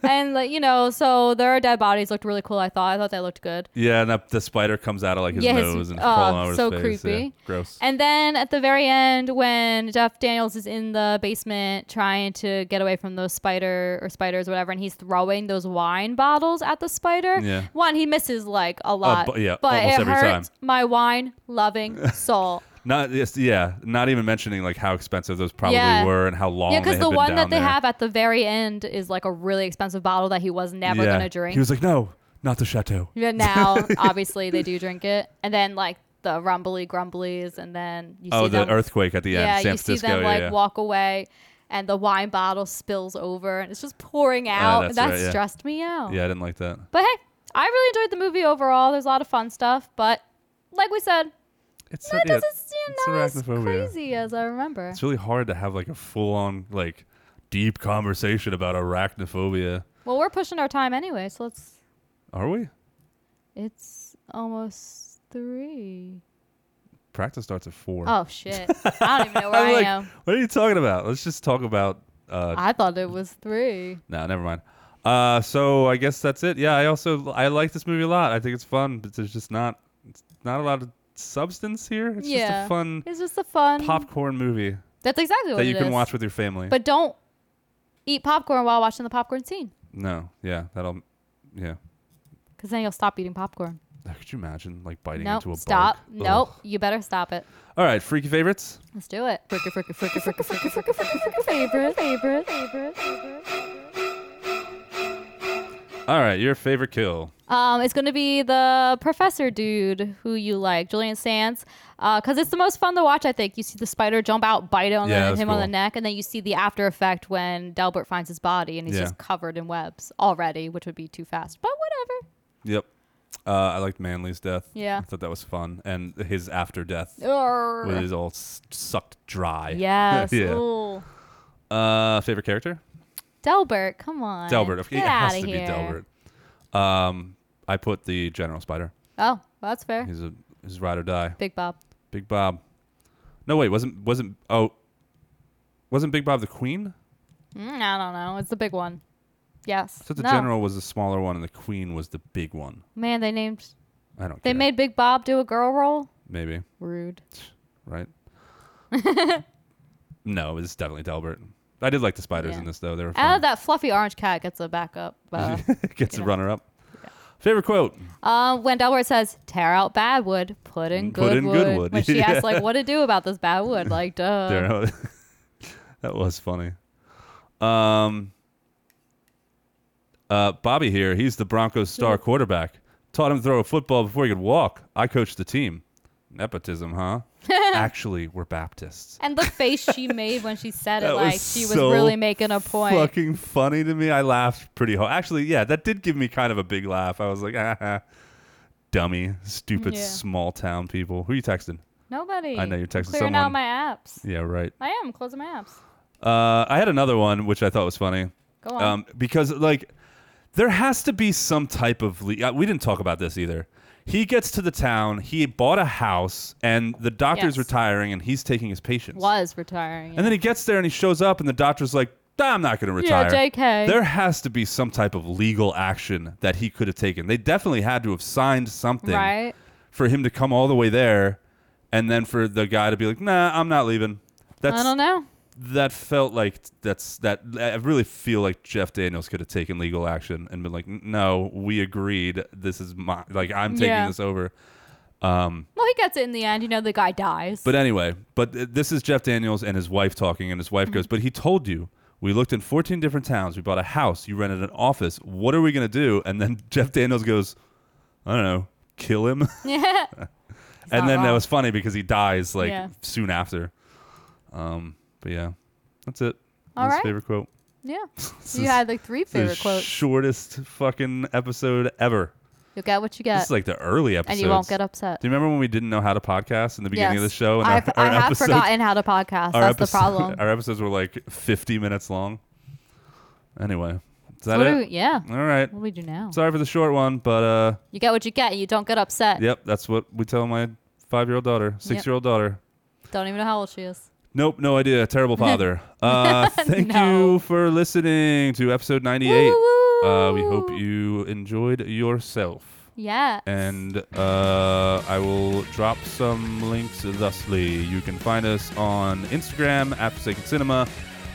B: and like you know, so their dead bodies looked really cool. I thought I thought they looked good.
A: Yeah, and that, the spider comes out of like his
B: Yeah, his-
A: nose and
B: oh,
A: crawling over
B: so
A: his face. Yeah,
B: creepy.
A: gross.
B: And then at the very end, when Jeff Daniels is in the basement trying to get away from those spider or spiders, whatever, and he's throwing those wine bottles at the spider.
A: Yeah. Uh,
B: One, he misses like a lot.
A: bu- yeah,
B: but
A: almost
B: it
A: every
B: hurt
A: time.
B: my wine
A: <laughs>
B: loving soul.
A: Not yes, yeah. Not even mentioning like how expensive those probably
B: Yeah.
A: were and how long.
B: yeah,
A: because
B: because the one that they
A: there.
B: have at the very end is like a really expensive bottle that he was never
A: Yeah.
B: gonna drink.
A: He was like, no, not the chateau. <laughs>
B: But now, obviously, they do drink it, and then like the rumbly grumblies, and then you
A: oh,
B: see
A: the
B: them,
A: earthquake at the end,
B: yeah,
A: San
B: you see
A: Francisco.
B: them
A: yeah,
B: like
A: yeah.
B: walk away, and the wine bottle spills over, and it's just pouring out.
A: Oh, that's
B: and
A: right,
B: that
A: yeah.
B: stressed me out.
A: yeah, I didn't like that.
B: But hey, I really enjoyed the movie overall. There's a lot of fun stuff, but like we said,
A: It's
B: that
A: yeah,
B: doesn't seem not as
A: it's arachnophobia.
B: crazy as I remember.
A: It's really hard to have like a full on like deep conversation about arachnophobia.
B: Well, we're pushing our time anyway, so let's.
A: Are we?
B: It's almost three.
A: Practice starts at four.
B: Oh shit! I don't
A: <laughs>
B: even know where
A: I'm
B: I
A: like,
B: am.
A: What are you talking about? Let's just talk about. Uh,
B: I thought it was three.
A: no, never mind. Uh, so I guess that's it. Yeah, I also I like this movie a lot. I think it's fun, but there's just not it's not a lot of substance here. It's just a fun
B: It's just a fun
A: popcorn movie
B: That's exactly what
A: that you
B: it
A: can
B: is.
A: watch with your family.
B: But don't eat popcorn while watching the popcorn scene,
A: no, yeah, that'll yeah. <laughs>
B: because then you'll stop eating popcorn.
A: Could you imagine like biting
B: nope.
A: into a
B: stop.
A: Bug?
B: Nope.
A: Ugh.
B: You better stop it.
A: All right, freaky favorites.
B: Let's do it. Fricka, fricka, fricka, fricka, fricka, fricka, fricka, fricka, favorite, favorite, favorite, favorite.
A: All right, your favorite kill.
B: Um, it's going to be the professor dude who you like, Julian Sands, because it's the most fun to watch. I think you see the spider jump out, bite on
A: Yeah,
B: the,
A: that's
B: him on the
A: cool.
B: neck, and then you see the after effect when Delbert finds his body and he's
A: Yeah.
B: just covered in webs already, which would be too fast. But whatever.
A: Yep. Uh, I liked Manly's death.
B: Yeah.
A: I thought that was fun, and his after death
B: Urgh.
A: was all s- sucked dry.
B: <laughs> Yes.
A: yeah.
B: Ooh.
A: Uh, favorite character?
B: Delbert, come on.
A: Delbert.
B: Get
A: it has
B: outta
A: to
B: here.
A: be Delbert. Um, I put the General Spider.
B: Oh, that's fair.
A: He's a he's ride or die.
B: Big Bob.
A: Big Bob. No wait, wasn't wasn't oh, wasn't Big Bob the Queen?
B: Mm, I don't know. It's the big one. Yes.
A: So the
B: No.
A: General was the smaller one, and the Queen was the big one.
B: Man, they named.
A: I don't.
B: They
A: care.
B: made Big Bob do a girl role.
A: maybe
B: Rude. <laughs>
A: right? no, it was definitely Delbert. I did like the spiders
B: Yeah.
A: in this though. They were
B: I know
A: fun.
B: Oh, that fluffy orange cat gets a backup.
A: <laughs>
B: Uh,
A: Gets
B: you
A: a
B: know.
A: runner up. Favorite quote.
B: um, when Delbert says, "Tear out bad wood, put in
A: Mm, Put
B: good
A: in
B: wood,"
A: good wood.
B: when
A: <laughs>
B: she asks
A: Yeah.
B: like, "What to do about this
A: <laughs>
B: bad wood?" Like, duh.
A: There, that was funny. Um, uh, Bobby here. He's the Broncos star quarterback. Taught him to throw a football before he could walk. I coached the team. Nepotism,
B: <laughs>
A: huh? Actually, we're Baptists.
B: And the face
A: <laughs>
B: she made when she said it,
A: That
B: like she was
A: so
B: really making a point.
A: Fucking funny to me. I laughed pretty hard. Actually, yeah, that did give me kind of a big laugh. I was like, <laughs> ah, ah, dummy, stupid
B: Yeah.
A: small town people. Who you texting?
B: Nobody.
A: I know you're texting
B: Clearing
A: someone.
B: out my apps.
A: Yeah, right.
B: I am closing my apps.
A: Uh, I had another one which I thought was funny. Um,
B: Go on.
A: because like there has to be some type of le- uh, we didn't talk about this either. He gets to the town. He bought a house, and the doctor's
B: Yes.
A: retiring, and he's taking his patients.
B: Was retiring.
A: And then he gets there and he shows up, and the doctor's like, "Ah, I'm not going to
B: Yeah,
A: retire.
B: JK.
A: There has to be some type of legal action that he could have taken. They definitely had to have signed something
B: Right.
A: for him to come all the way there and then for the guy to be like, nah, I'm not leaving. That's,
B: I don't know.
A: That felt like that's that. I really feel like Jeff Daniels could have taken legal action and been like, no, we agreed. This is my, like, I'm taking
B: Yeah.
A: this over. Um,
B: Well, he gets it in the end. You know, the guy dies.
A: but anyway, but th- this is Jeff Daniels and his wife talking, and his wife
B: Mm-hmm.
A: goes, "But he told you we looked in 14 different towns. We bought a house. You rented an office. What are we gonna do?" And then <laughs> Jeff Daniels goes, "I don't know, kill him."
B: <laughs>
A: <laughs>
B: yeah.
A: and
B: not
A: then that
B: wrong.
A: was funny because he dies like
B: Yeah.
A: soon after. Um, but yeah, that's it.
B: All
A: That's
B: right.
A: favorite quote. <laughs>
B: Yeah.
A: This
B: You
A: is
B: had like three
A: the
B: favorite quotes.
A: Shortest fucking episode ever.
B: You'll get what you get.
A: This is like the early episode.
B: Uh, and you won't get upset.
A: Do you remember when we didn't know how to podcast in the beginning of the
B: Yes.
A: show? And
B: I've,
A: our- our
B: I have
A: episodes-
B: forgotten how to podcast. That's
A: episo-
B: the problem.
A: <laughs> Our episodes were like 50 minutes long. Anyway, is that
B: What do
A: it?
B: we- yeah.
A: All right.
B: What do we do now?
A: Sorry for the short one, but uh,
B: You get what you get. You don't get upset.
A: yep, that's what we tell my five-year-old daughter, six-year-old daughter.
B: Don't even know how old she is.
A: Nope, no idea. Terrible
B: <laughs>
A: father. Uh, thank you for listening to episode 98. Uh, we hope you enjoyed yourself.
B: Yes.
A: And uh, I will drop some links thusly. You can find us on Instagram at Forsaken Cinema.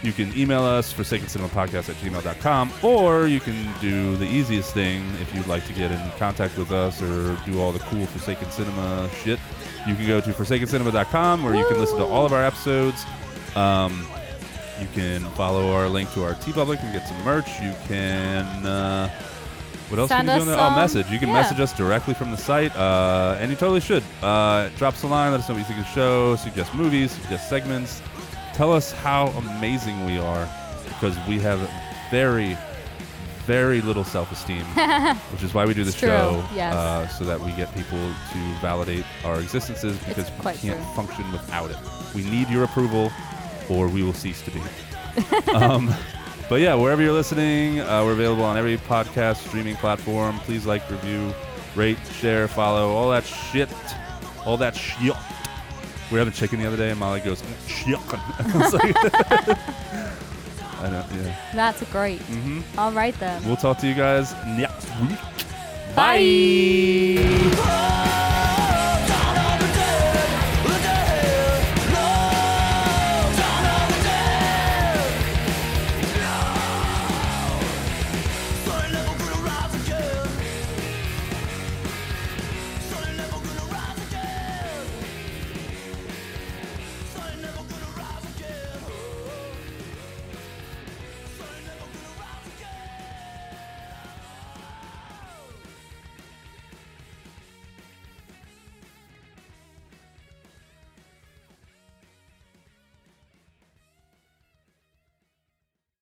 A: You can email us, forsakencinema.podcast at gmail.com, or you can do the easiest thing if you'd like to get in contact with us or do all the cool Forsaken Cinema shit. You can go to forsakencinema.com where you can listen to all of our episodes. Um, you can follow our link to our T Public and get some merch. You can. Uh, what else
B: Send
A: can you
B: us
A: do? on there? Oh,
B: some-
A: message. You can
B: yeah.
A: message us directly from the site, uh, and you totally should. Uh, drop us a line. Let us know what you think of the show. Suggest movies. Suggest segments. Tell us how amazing we are, because we have very, very little
B: <laughs>
A: self-esteem, which is why we do this
B: It's true,
A: show.
B: yes.
A: Uh, so that we get people to validate our existences because we
B: quite
A: can't
B: true.
A: function without it. We need your approval, or we will cease to
B: <laughs>
A: be. um, but yeah, wherever you're listening, uh, we're available on every podcast streaming platform. Please like, review, rate, share, follow, all that shit, all that shit. We were having chicken the other day, and Molly goes, "Mm, chicken. <laughs> I was like, I don't, yeah.
B: That's great.
A: Mhm.
B: All right then.
A: We'll talk to you guys next week.
B: Bye.